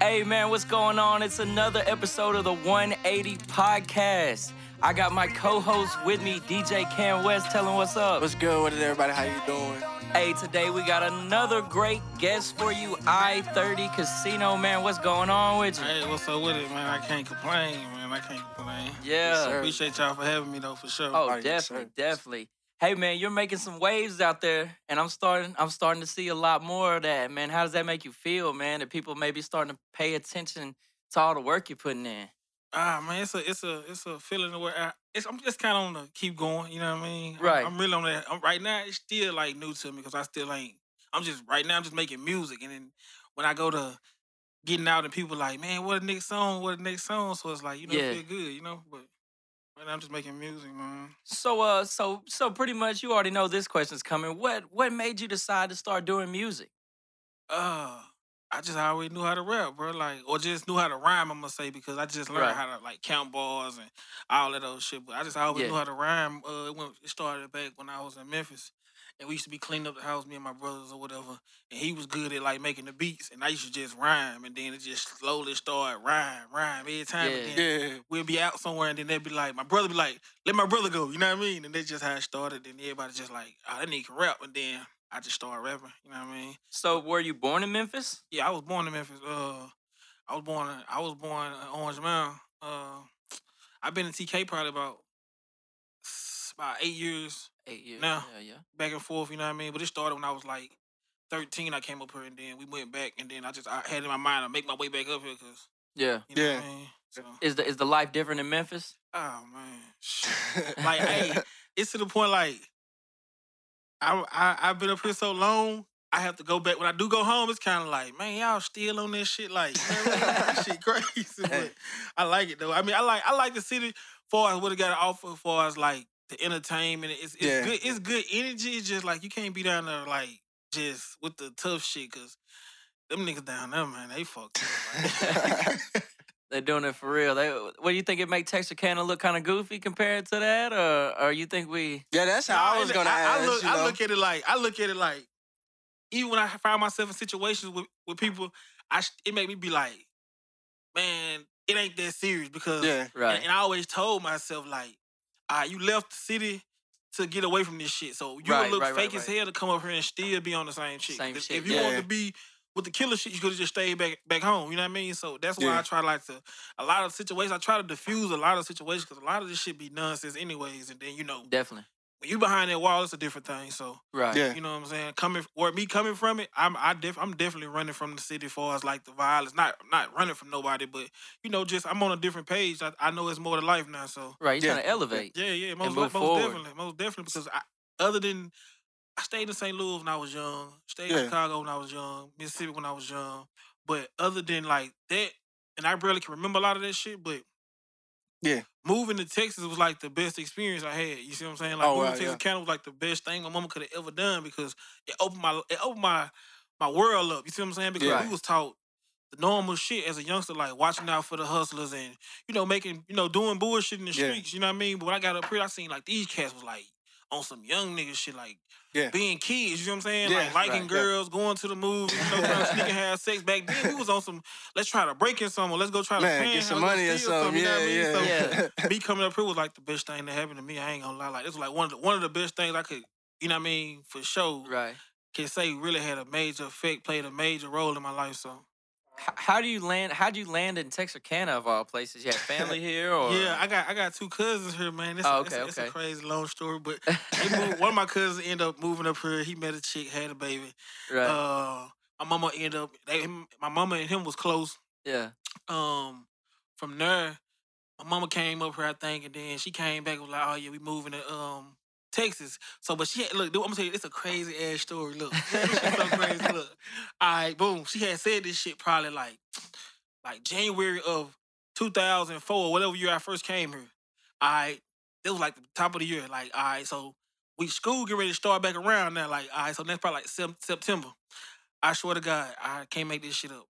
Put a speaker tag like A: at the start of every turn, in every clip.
A: Hey man, what's going on? It's another episode of the 180 Podcast. I got my co-host with me, DJ Cam West, telling what's up.
B: What's good? What is everybody? How you doing?
A: Hey, today we got another great guest for you, I-30 Casino man. What's going on with you?
C: Hey, what's up with it, man? I can't complain, man. I can't complain.
A: yeah.
B: sir.
C: Appreciate y'all for having me though, for sure.
A: Oh,
B: Alright, yes,
A: definitely,
B: sir.
A: definitely. Hey man, you're making some waves out there, and I'm starting. I'm starting to see a lot more of that, man. How does that make you feel, man? That people may be starting to pay attention to all the work you're putting in.
C: Ah, man, it's a it's a it's a feeling where I, it's, I'm just kind of on the keep going. You know what I mean? I'm-
A: Right.
C: I'm, really on that. I'm, right now, it's still like new to me because I still ain't. I'm just right now. I'm just making music, and then when I go to getting out, and people like, man, what the next song? What the next song? So it's like you know, it
A: Yeah.
C: feel good, you know. But right now, I'm just making music, man.
A: So, uh, so, so pretty much, you already know this question's coming. What, what made you decide to start doing music?
C: uh I just always knew how to rap, bro. Like, or just knew how to rhyme. I'm gonna say because I just learned
A: Right.
C: how to like count bars and all of those shit. But I just always
A: Yeah.
C: knew how to rhyme. Uh, it, went, it started back when I was in Memphis, and we used to be cleaning up the house, me and my brothers or whatever. And he was good at like making the beats, and I used to just rhyme, and then it just slowly started rhyme, rhyme every time.
A: Yeah.
C: And then
B: Yeah.
C: we'll be out somewhere, and then they'd be like, my brother be like, let my brother go. You know what I mean? And that's just how it started. And everybody just like, oh, that nigga can rap. And then I just started rapping. You know what I mean?
A: So, were you born in Memphis?
C: Yeah, I was born in Memphis. Uh, I was born. in- I was born in Orange Mound. Uh, I've been in TK probably about s- about eight years
A: Eight years.
C: No.
A: Yeah, yeah.
C: back and forth. You know what I mean? But it started when I was like thirteen. I came up here and then we went back and then I just I had in my mind I make my way back up here because
A: Yeah.
C: you know what
B: Yeah.
C: I mean. So,
A: Is the is the life different in Memphis?
C: oh man. Like, hey, it's to the point like I, I I've been up here so long. I have to go back when I do go home. It's kind of like, man, y'all still on this shit. Like, you know what I mean? This shit crazy. But I like it though. I mean, I like I like the city. Far as what it got to offer, far as like the entertainment, it's it's
B: Yeah.
C: good. It's good energy. It's just like you can't be down there like just with the tough shit because them niggas down there, man, they fucked up. Like,
A: They're doing it for real. They, what do you think it make Texarkana look kind of goofy compared to that, or or you think we?
B: yeah, that's how I
C: Nah,
B: was
C: it-
B: gonna
C: I,
B: ask.
C: I look,
B: you
C: I
B: know?
C: look at it like I look at it like even when I find myself in situations with, with people, I sh- it make me be like, man, it ain't that serious because
B: yeah.
C: and-
A: Right.
C: and, I always told myself like, ah, you left the city to get away from this shit, so you
A: Right,
C: look
A: right, right,
C: fake as
A: right.
C: hell to come up here and still be on the same shit.
A: Same
C: if,
A: shit,
C: if you
B: yeah.
C: wanted to be with the killer shit, you could have just stayed back back home. You know what I mean? So that's why
B: Yeah.
C: I try like to a lot of situations. I try to diffuse a lot of situations because a lot of this shit be nonsense anyways. And then you know
A: Definitely.
C: when you behind that wall, it's a different thing. So
A: Right.
B: Yeah.
C: you know what I'm saying. Coming or me coming from it, I'm I def, I'm definitely running from the city. Far as like the violence, not not running from nobody, but you know, just I'm on a different page. I, I know it's more to life now. So
A: Right. You're
B: Yeah.
A: trying to elevate.
C: yeah, yeah, most,
A: move
C: most
A: forward.
C: definitely, most definitely. Because I, other than I stayed in St. Louis when I was young, stayed
B: Yeah.
C: in Chicago when I was young, Mississippi when I was young. But other than like that, and I barely can remember a lot of that shit. But
B: Yeah.
C: moving to Texas was like the best experience I had. You see what I'm saying? Like
B: Oh,
C: moving
B: wow,
C: to Texas kind of was like the best thing my mama could have ever done because it opened my it opened my my world up. You see what I'm saying? Because
A: Right.
C: we was taught the normal shit as a youngster, like watching out for the hustlers and you know, making, you know, doing bullshit in the
B: Yeah.
C: streets, you know what I mean? But when I got up here, I seen like these cats was like on some young nigga shit, like
B: Yeah.
C: being kids, you know what I'm saying?
B: Yeah,
C: like liking
B: right, yeah.
C: girls, going to the movies, you know, trying to sneak and have sex. Back then, we was on some, let's try to break in someone, let's go try to
B: Man,
C: pan,
B: get some
C: let's go
B: money or
C: steal
B: something.
C: you know
B: Yeah,
C: what I mean? So,
B: yeah.
C: me coming up here was like the best thing that happened to me. I ain't gonna lie, like this was like one of the, one of the best things I could, you know what I mean, for sure.
A: Right.
C: Can say really had a major effect, played a major role in my life. So
A: H- how do you land? How'd you land in Texarkana of all places? You had family here, or
C: Yeah, I got I got two cousins here, man. It's,
A: Oh,
C: a, it's, a,
A: okay,
C: it's a
A: okay.
C: crazy long story, but they moved, one of my cousins ended up moving up here. He met a chick, had a baby.
A: right,
C: Uh, my mama ended up. They, him, my mama and him was close.
A: yeah,
C: Um, from there, my mama came up here, I think, and then she came back and was like, "Oh yeah, we moving to um Texas." So, but she had, look, dude, I'm gonna tell you, it's a crazy ass story. Look, man, this shit's so crazy. Look, all right, boom. She had said this shit probably like like January of 2004 or whatever year I first came here. All right, it was like the top of the year. Like, all right, so we school getting ready to start back around now. Like, all right, so that's probably like Sep- September. I swear to God, I can't make this shit up.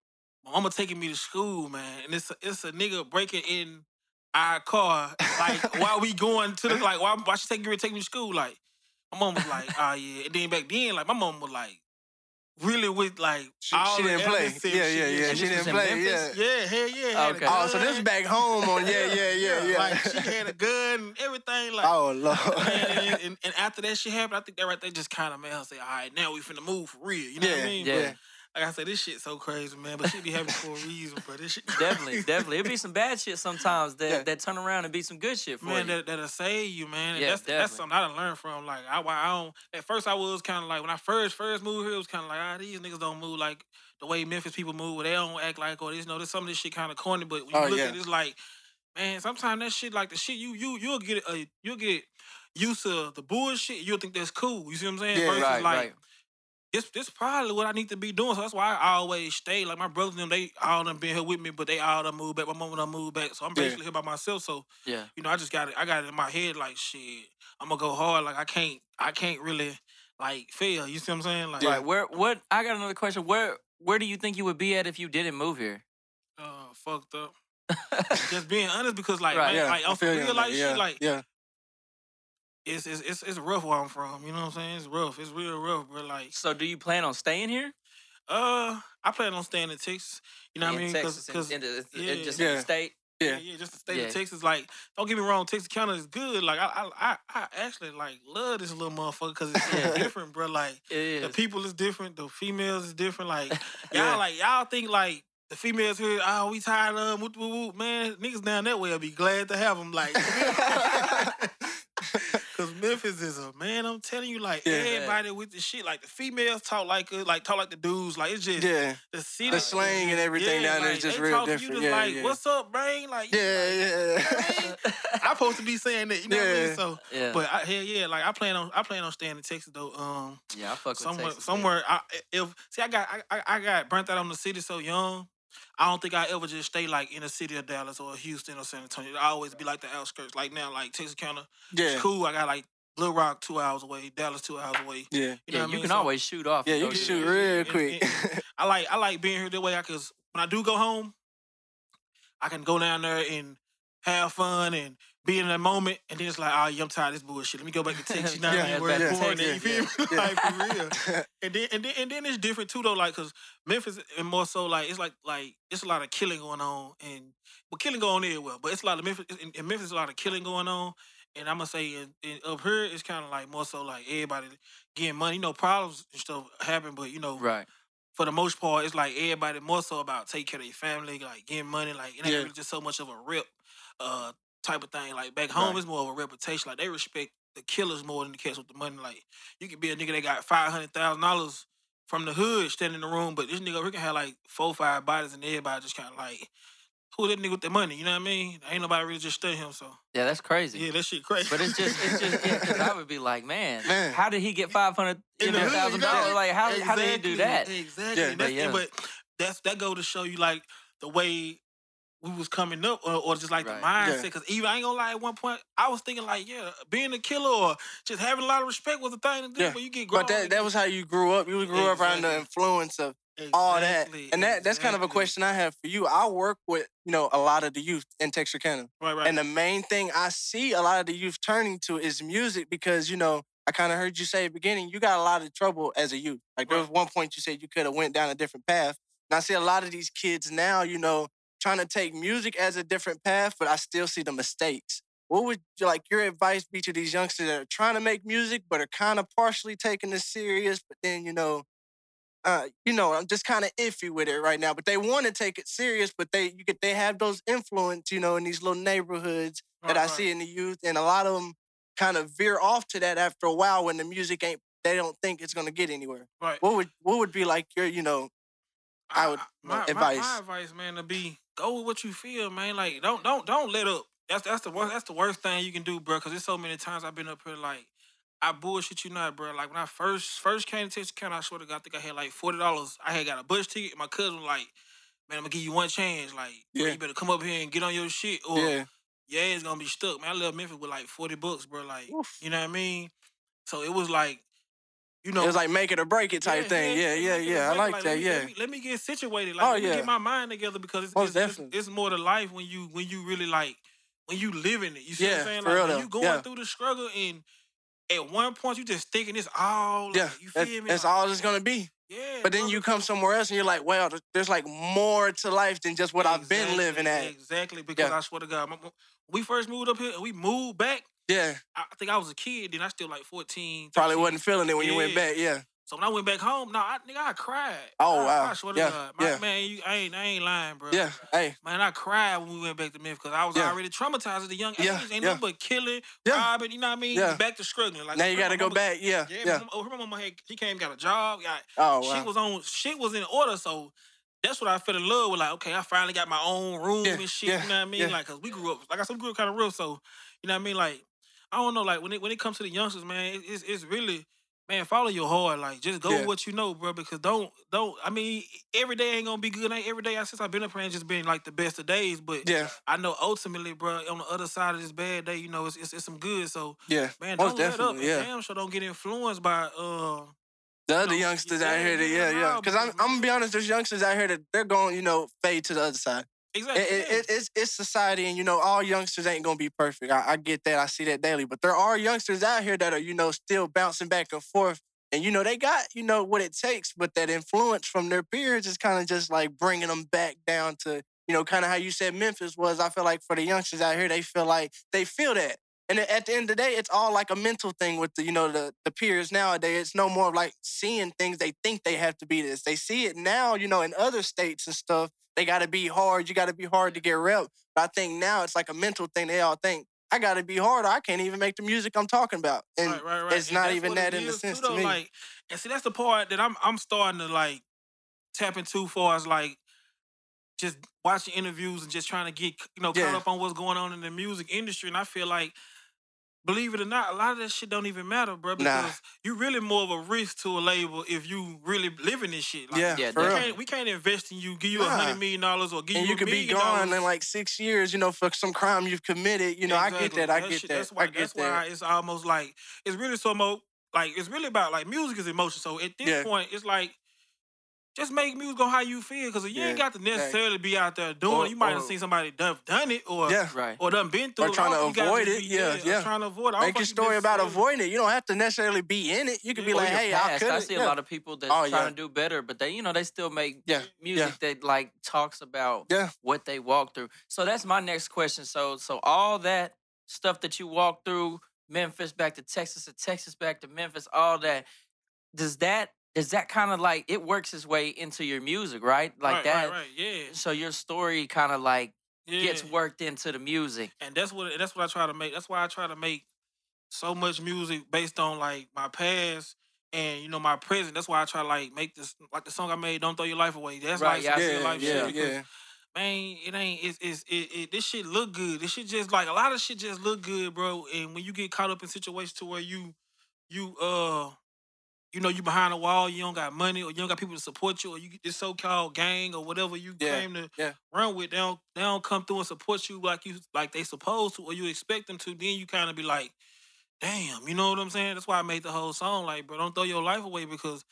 C: My mama taking me to school, man, and it's a, it's a nigga breaking in our car, like while we going to the like why why she "Ah, taking me to take me to school? Like my mom was like, oh yeah, and then back then, like my mom was like, really with like
B: She,
C: all
B: she
C: the
B: didn't play.
C: elements and
B: Yeah,
C: shit.
B: yeah, yeah.
A: And
B: She
A: this was
B: didn't
A: in
B: play. Yeah.
A: Memphis?
C: Yeah, hell yeah. had a
A: Okay.
B: Oh, so
C: gun.
B: this is back home on yeah, yeah, yeah, yeah.
C: Like she had a gun, and everything. Like
B: oh
C: man, and,
B: lord.
C: and, and after that shit happened, I think that right there just kind of made her say, "All right, now we finna move for real." You know what I
B: Yeah,
C: mean?
A: yeah.
C: But, like I said, this shit so crazy, man. But she be having it for a reason, bro. This shit
A: definitely,
C: crazy.
A: definitely. It'd be some bad shit sometimes that,
B: Yeah.
A: that turn around and be some good shit for
C: Man,
A: you.
C: that, that'll save you, man. And
A: Yeah,
C: that's that's
A: definitely.
C: something I done learned from. Like I, why I don't. At first, I was kind of like when I first first moved here, it was kind of like, ah, these niggas don't move like the way Memphis people move. Where they don't act like or this, no, this some of this shit kind of corny. But when you
B: Oh,
C: look
B: yeah.
C: at it, it's like, man, sometimes that shit like the shit you you you'll get a you'll get used to the bullshit. You'll think that's cool. You see what I'm saying?
B: Yeah,
C: Versus
A: right,
C: like
A: right.
C: this this probably what I need to be doing. So that's why I always stay. Like my brothers and them, they all done been here with me, but they all done moved back. My mom done moved back. So I'm
B: Yeah.
C: basically here by myself. So
A: Yeah,
C: you know, I just got it. I got it in my head like shit. I'm gonna go hard. Like I can't. I can't really like fail. You see what I'm saying? Like
A: right. Where? What? I got another question. Where? Where do you think you would be at if you didn't move here?
C: uh, fucked up. just being honest, because like,
A: Right.
C: man,
B: yeah,
C: like
B: I
C: I'm
B: feel
C: from
B: you
C: real
B: on that.
C: life
B: yeah,
C: shit. Like
B: yeah,
C: it's, it's it's it's rough where I'm from. You know what I'm saying? It's rough. It's real rough. But like,
A: So, do you plan on staying here?
C: uh, I plan on staying in Texas. You know what I
A: in
C: mean?
A: Texas, and-
C: Because
A: and it's- it's
C: yeah.
A: just in the
B: Yeah.
A: state.
B: yeah.
C: Yeah, yeah, just the state
A: Yeah.
C: of Texas. Like, don't get me wrong, Texas County is good. Like, I, I, I, I actually like love this little motherfucker because it's so
A: Yeah.
C: different, bro. Like,
A: It is.
C: the people is different, the females is different. Like, y'all,
B: Yeah.
C: like y'all think like the females here. Oh, we tired of them. Whoop, whoop, whoop. Man, niggas down that way will be glad to have them. Like, Cause Memphis is a man. I'm telling you, like
B: Yeah.
C: everybody with the shit. Like the females talk like us, like talk like the dudes. Like it's just
B: yeah,
C: the city,
B: The slang and everything down there is just
C: they
B: real
C: talk to you
B: different.
C: just
B: Yeah,
C: like,
B: yeah.
C: what's up, brain? Like, you like,
B: yeah, yeah.
C: man, I'm supposed to be saying that, you know what I mean?
B: Yeah.
C: So,
A: yeah.
C: but I, hell yeah, like I plan on I plan on staying in Texas though. Um,
A: yeah, I fuck with
C: somewhere,
A: Texas, man.
C: somewhere. I, if see, I got I, I I got burnt out on the city so young. I don't think I ever just stay like in the city of Dallas or Houston or San Antonio. I always be like the outskirts. Like now, like Texas County, it's
B: yeah.
C: cool. I got like Little Rock two hours away, Dallas two hours away.
B: Yeah,
A: yeah,
C: You know what I
A: you
C: mean?
A: can
C: So-
A: always shoot off.
B: yeah, you
A: though,
B: can
C: yeah,
B: shoot
C: yeah,
B: real
C: and-
B: quick.
C: I like I like being here that way. I cause when I do go home, I can go down there and have fun and be in that moment. And then it's like, oh, yeah, I'm tired of this bullshit. Let me go back to Texas. You know what I
B: Yeah,
C: mean? Where it's
B: back to
C: boring. You
A: Texas,
C: feel me?
B: yeah,
C: Like for real. And then and then and then it's different too though. Like cause Memphis and more so like it's like like it's a lot of killing going on and well killing going on everywhere. But it's a lot of Memphis in, in Memphis a lot of killing going on. And I'm gonna say in, in, up here it's kind of like more so like everybody getting money. You know problems and stuff happen, but you know
A: Right.
C: for the most part, it's like everybody more so about taking care of their family, like getting money. Like it ain't
B: Yeah.
C: really just so much of a rip uh, type of thing. Like back home,
A: Right.
C: it's more of a reputation. Like they respect the killers more than the cats with the money. Like you could be a nigga that got five hundred thousand dollars from the hood standing in the room, but this nigga we can have like four, five bodies, and everybody just kind of like, who that nigga with the money? You know what I mean? Ain't nobody really just studying him. So
A: Yeah, that's crazy.
C: yeah, that shit crazy.
A: But it's just, it's just, yeah, 'cause I would be like, man,
B: Man.
A: how did he get five hundred
C: In the hood, you
A: thousand
C: know?
A: dollars? Like, how, how did he do that?
C: Exactly, Exactly.
B: Yeah.
C: And
A: But
C: that's-
A: yeah.
C: But that's that go to show you like the way we was coming up, or, or just like the
A: Right.
C: mindset. Because even I ain't gonna lie, at one point I was thinking like, yeah, being a killer or just having a lot of respect was a thing to do.
B: Yeah.
C: But you get grown,
B: But that that was how you grew up. You grew up around the
C: Exactly.
B: influence of all that,
C: Exactly,
B: and that that's kind of a
C: exactly.
B: question I have for you. I work with you know a lot of the youth in Texarkana.
C: Right, right.
B: And the main thing I see a lot of the youth turning to is music because you know I kind of heard you say at the beginning you got a lot of trouble as a youth. Like there was one point you said you could have went down a different path, and I see a lot of these kids now, you know, trying to take music as a different path, but I still see the mistakes. What would like your advice be to these youngsters that are trying to make music but are kind of partially taking this serious, but then you know uh, you know, I'm just kind of iffy with it right now. But they want to take it serious, but they you get they have those influence, you know, in these little neighborhoods
C: right,
B: that I
C: right.
B: see in the youth, and a lot of them kind of veer off to that after a while when the music ain't. They don't think it's gonna get anywhere.
C: Right.
B: What would what would be like your, you know, I would-
C: my, My,
B: advice.
C: my advice, man, to be go with what you feel, man. Like don't don't don't let up. That's that's the worst that's the worst thing you can do, bro. Cause there's so many times I've been up here like I bullshit you not, bro. Like when I first first came to Texas County, I swear to God, I think I had like forty dollars. I had got a bus ticket. My cousin was like, man, I'm gonna give you one chance. Like, bro,
B: Yeah.
C: you better come up here and get on your shit, or yeah, it's gonna be stuck. Man, I left Memphis with like forty bucks, bro. Like,
B: Oof.
C: you know what I mean? So it was like, you know,
B: It was like make it or break it type thing. Yeah, yeah,
C: make it a
B: yeah. I
C: break,
B: like
C: let
B: that.
C: me-
B: Yeah,
C: Let me, let me get situated. Like,
B: Oh,
C: let me
B: yeah.
C: get my mind together because it's,
B: Most
C: it's, it's-
B: definitely.
C: it's more to life when you when you really like when you living it. You see what
B: Yeah,
C: I'm saying?
B: for
C: Like
B: real
C: when
B: though.
C: you going
B: Yeah.
C: through the struggle and at one point you just thinking it's all like,
B: yeah.
C: you feel
B: That's,
C: me?
B: that's
C: Like,
B: all it's gonna be.
C: Yeah.
B: But then you come somewhere else and you're like, well, th- there's like more to life than just what I've been
C: Exactly,
B: living at.
C: Exactly, because
B: Yeah.
C: I swear to God, my, when we first moved up here, and we moved back.
B: Yeah,
C: I I think I was a kid, then I still like 14.
B: probably
C: 13.
B: wasn't feeling it when you went
C: Yeah.
B: back. Yeah,
C: So when I went back home, no, I, nigga, I cried.
B: Oh,
C: I,
B: wow.
C: I swear to
B: Yeah,
C: God, my,
B: yeah.
C: man, you, I ain't, I ain't lying, bro.
B: yeah. Hey,
C: Man, I cried when we went back to Memphis because I was
B: Yeah.
C: already traumatized at a young age.
B: Yeah,
C: Ain't
B: yeah.
C: nothing but killing,
B: Yeah.
C: robbing. You know what I mean?
B: Yeah.
C: Back to struggling. Like
B: now you
C: her
B: got to go
C: mama-
B: back. Yeah,
C: Yeah,
B: yeah.
C: My mama, oh, her mama had, she came, got a job. Got,
B: Oh
C: Shit
B: wow.
C: was on. Shit was in order. So that's what I fell in love with. Like, okay, I finally got my own room
B: Yeah,
C: and shit.
B: yeah,
C: You know what I mean?
B: yeah.
C: Like, cause we grew up. Like I said, we grew up kind of real. So you know what I mean? Like, I don't know. Like when it when it comes to the youngsters, man, it, it's it's really. Man, follow your heart. Like, just go
B: Yeah.
C: with what you know, bro. Because don't, don't. I mean, every day ain't gonna be good. Ain't every day I- since I've been up here ain't just been like the best of days. But
B: Yeah,
C: I know ultimately, bro, on the other side of this bad day, you know, it's it's, it's some good. So,
B: yeah.
C: man,
B: Most
C: don't let up.
B: definitely,
C: And
B: yeah.
C: damn sure don't get influenced by, uh,
B: The other
C: No,
B: youngsters
C: yeah,
B: out here, that, yeah,
C: yeah,
B: yeah.
C: nah,
B: Because I'm,
C: because-
B: I'm gonna be honest, there's youngsters out here that they're going, you know, fade to the other side.
C: exactly.
B: It, it,
C: yeah.
B: it, it's it's society, and you know, all youngsters ain't gonna be perfect. I, I get that, I see that daily. But there are youngsters out here that are, you know, still bouncing back and forth, and you know, they got, you know, what it takes, but that influence from their peers is kind of just like bringing them back down to, you know, kind of how you said Memphis was. I feel like for the youngsters out here, they feel like they feel that. And at the end of the day, it's all like a mental thing with the, you know, the, the peers nowadays. It's no more of like seeing things they think they have to be this. They see it now, you know, in other states and stuff. They gotta be hard. You gotta be hard to get rep. But I think now it's like a mental thing. They all think, I gotta be hard or I can't even make the music I'm talking about. And
C: right, right, right.
B: it's not
C: that's
B: even
C: what it
B: that in a
C: is,
B: sense
C: too,
B: to
C: though,
B: me.
C: Like, and see, that's the part that I'm I'm starting to like tap into far as like just watching interviews and just trying to get you know caught
B: Yeah.
C: up on what's going on in the music industry. And I feel like, believe it or not, a lot of that shit don't even matter, bro. Because you really more of a risk to a label if you really live in this shit. Like,
B: yeah,
A: Yeah,
B: for
A: bro.
C: We
B: real.
C: can't, we can't invest in you, give you a
B: Nah.
C: hundred million dollars or give
B: And
C: you
B: you
C: a
B: could be
C: million
B: gone
C: dollars.
B: in like six years, you know, for some crime you've committed. You know,
C: Exactly.
B: I get that. I
C: That
B: get
C: shit-
B: that.
C: That's why.
B: I get
C: that's
B: that.
C: why it's almost like it's really so mo like it's really about like music is emotion. So at this
B: Yeah.
C: point, it's like just make music on how you feel because you
B: Yeah,
C: ain't got to necessarily be out there doing.
A: Or-
C: it. you might have
A: or-
C: seen somebody done done it or
B: yeah.
A: Right.
C: or done been through. it. I
B: trying
C: don't
B: to
C: think you gotta
B: avoid
C: just
B: it.
C: be-
B: Yeah,
C: or
B: yeah.
C: Trying to avoid. it. I don't
B: Make your
C: think you
B: story about
C: necessarily-
B: avoiding it. You don't have to necessarily be in it. You could be
C: Yeah,
A: Or
B: like,
A: your
B: hey,
A: past.
B: I
A: I,
B: could.
A: see a lot of people that's
B: Oh,
A: trying
B: yeah.
A: to do better, but they, you know, they still make
B: Yeah,
A: music that like talks about
B: Yeah.
A: what they walk through. So that's my next question. So, so all that stuff that you walk through, Memphis back to Texas, and Texas back to Memphis, all that, does that does that kind of like it works its way into your music, right? Like
C: right,
A: that.
C: Right, right. Yeah,
A: So your story kind of like
C: yeah.
A: gets worked into the music.
C: and that's what that's what I try to make. That's why I try to make so much music based on like my past and you know my present. That's why I try to like make this like the song I made, "Don't Throw Your Life Away." That's
A: Right,
C: like
A: yeah, I
C: some
A: see
C: real
A: a
B: yeah,
A: lot
C: life
A: of
B: yeah,
C: shit. because,
B: yeah.
C: Man, it ain't. It's, it's it, it. This shit look good. This shit just like a lot of shit just look good, bro. And when you get caught up in situations to where you, you uh. You know, you behind a wall, you don't got money, or you don't got people to support you, or you this so-called gang or whatever you
B: Yeah,
C: claim to
B: yeah.
C: run with, they don't they don't come through and support you like you like they supposed to, or you expect them to, then you kind of be like, damn, you know what I'm saying? That's why I made the whole song like, bro, don't throw your life away because,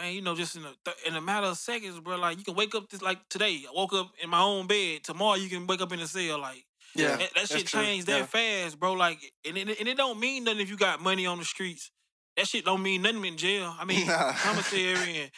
C: man, you know, just in a th- in a matter of seconds, bro, like you can wake up this like today. I woke up in my own bed. Tomorrow you can wake up in the cell. Like
B: Yeah,
C: that, that
B: that's
C: shit
B: true.
C: changed that fast, bro. Like and it, and it don't mean nothing if you got money on the streets. That shit don't mean nothing in jail. I mean,
B: Nah.
C: commissary and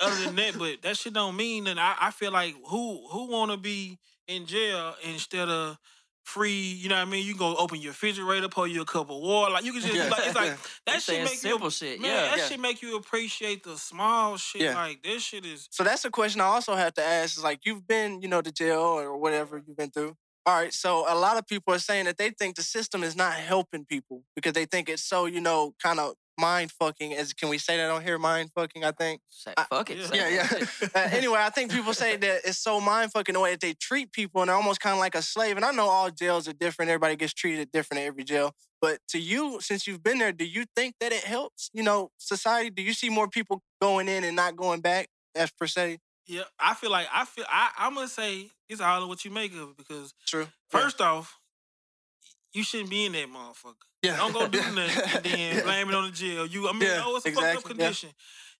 C: other than that, but that shit don't mean nothing. I, I feel like who who wanna be in jail instead of free, you know what I mean? You go open your refrigerator, pour you a cup of water. Like you can just
B: Yeah,
C: like it's like
B: yeah.
A: They
C: that shit
A: saying
C: make you
A: simple shit.
C: man,
A: yeah.
C: that
B: yeah.
C: shit make you appreciate the small shit.
B: Yeah.
C: Like this shit is
B: So that's a question I also have to ask is like, you've been, you know, to jail or whatever you've been through. All right. So a lot of people are saying that they think the system is not helping people because they think it's so, you know, kind of mind fucking. As can we say that on here? Mind fucking, I think.
A: Say,
B: I-
A: fuck it.
C: yeah.
A: say
B: Yeah, yeah.
A: fuck it.
B: Uh, anyway, I think people say that it's so mind fucking the way that they treat people and they're almost kind of like a slave. And I know all jails are different. Everybody gets treated different at every jail. But to you, since you've been there, do you think that it helps, you know, society? Do you see more people going in and not going back, as per se?
C: yeah, I feel like I feel I, I'm gonna say it's all in what you make of it because
B: True.
C: first off, you shouldn't be in that motherfucker.
B: yeah.
C: Don't go do
B: Yeah.
C: nothing and then
B: Yeah.
C: blame it on the jail. You, I mean,
B: Yeah,
C: oh, it's a fucked up
B: exactly, yeah.
C: condition.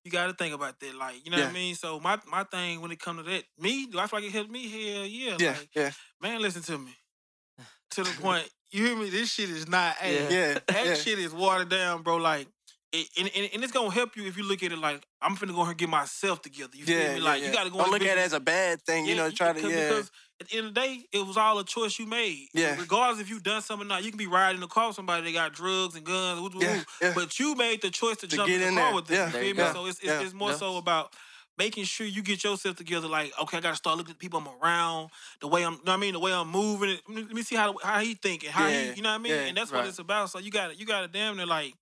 C: You got to think about that, like you know what
B: Yeah.
C: I mean. So my my thing when it comes to that, me, do I feel like it helped me? Hell yeah,
B: Yeah,
C: Like,
B: yeah,
C: man, listen to me. To the point, you hear me? This shit is not. Hey,
A: Yeah.
B: yeah,
C: that
B: yeah.
C: shit is watered down, bro. Like it, and, and, and it's gonna help you if you look at it like I'm finna go here and get myself together. You feel me? Like you gotta go.
B: Don't
C: in
B: look at it
C: business-
B: as a bad thing, you know. Try to
C: because,
B: yeah,
C: Because at the end of the day, it was all a choice you made.
B: Yeah.
C: Regardless if you done something or not, you can be riding in the car with somebody that got drugs and guns. woo, woo, woo.
B: yeah, yeah.
C: But you made the choice to, jump
B: get
C: in the
B: in
C: car
B: there.
C: with them.
B: Yeah.
C: You
A: There
C: feel
A: you
C: me?
A: go.
C: So it's, it's,
B: Yeah.
C: it's more so about making sure you get yourself together. Like, okay, I gotta start looking at the people I'm around, the way I'm, you know what I mean, the way I'm moving. Let me, let me see how how he thinking, how
B: Yeah.
C: he, you know what I mean.
B: Yeah.
C: And that's
A: Right.
C: what it's about. So you got to you got to damn near like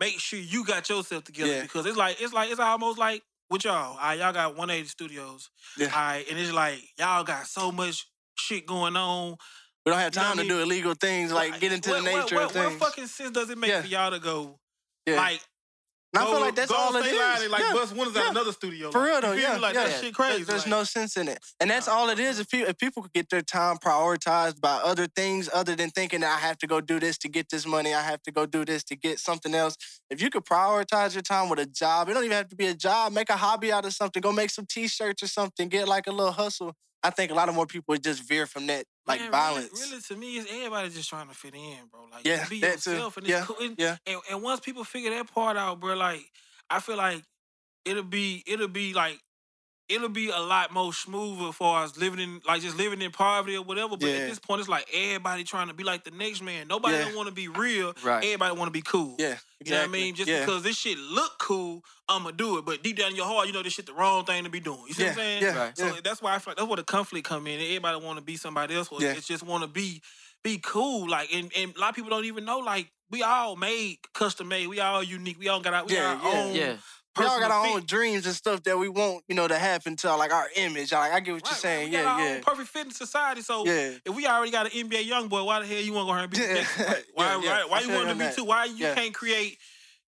C: make sure you got yourself together
B: Yeah.
C: because it's like it's like it's almost like with y'all. all right, y'all got 180 studios.
B: Yeah.
C: All right, and it's like y'all got so much shit going on.
B: we don't have
C: you know what
B: time
C: I
B: to do illegal things, like get into the
C: What- what-
B: nature
C: what,
B: of things.
C: What fucking sense does it make
B: Yeah.
C: for y'all to go
B: yeah.
C: like?
B: and I
C: go-
B: feel like that's
C: go
B: all
C: on
B: it
C: state
B: is.
C: line and, like
B: Yeah.
C: bust windows out
B: Yeah.
C: another studio.
B: For
C: like,
B: real
C: you
B: though,
C: feel
B: yeah,
C: me? like
B: yeah.
C: that shit crazy.
B: There's
C: like-
B: no sense in it, and that's
C: Nah.
B: all it is. If, pe- if people could get their time prioritized by other things other than thinking that I have to go do this to get this money, I have to go do this to get something else. If you could prioritize your time with a job, it don't even have to be a job. Make a hobby out of something. Go make some t-shirts or something. Get like a little hustle. I think a lot of more people would just veer from that like
C: Man, really-
B: violence.
C: Really, to me, it's everybody just trying to fit in, bro. Like,
B: Yeah,
C: be
B: that too.
C: yourself, and it's
B: Yeah,
C: cool. And,
B: yeah.
C: and, and once people figure that part out, bro, like I feel like it'll be it'll be like it'll be a lot more smoother as far as living in like just living in poverty or whatever. But
B: Yeah.
C: at this point, it's like everybody trying to be like the next man. Nobody
B: Yeah.
C: don't want to be real.
A: Right.
C: Everybody want to be cool.
B: Yeah, exactly.
C: You know what I mean? Just
B: yeah.
C: because this shit look cool, I'ma do it. But deep down in your heart, you know this shit the wrong thing to be doing. You see
B: yeah,
C: what I'm saying?
B: yeah,
A: Right.
B: yeah.
C: So that's why I feel like that's where the conflict come in. Everybody want to be somebody else, or
B: Yeah.
C: it's just want to be be cool. Like, and, and a lot of people don't even know. Like, we all made custom made. We all unique. We all got our, we
B: Yeah,
C: got our
B: yeah.
C: own.
A: Yeah.
B: we all got
C: personal
B: our
C: fit.
B: own dreams and stuff that we want, you know, to happen to like our image. Like I get what
C: Right,
B: you're
C: right.
B: saying.
C: We got our
B: yeah,
C: own perfect fit in society. So
B: yeah, yeah.
C: if we already got an NBA young boy, why the hell you want to go ahead and be?
B: Yeah.
C: the next one? Like, why?
B: Yeah, yeah.
C: Why, why
B: I
C: you
B: feel
C: want
B: you
C: to
B: on
C: be
B: that. Oh,
C: too? Why you
B: Yeah.
C: can't create?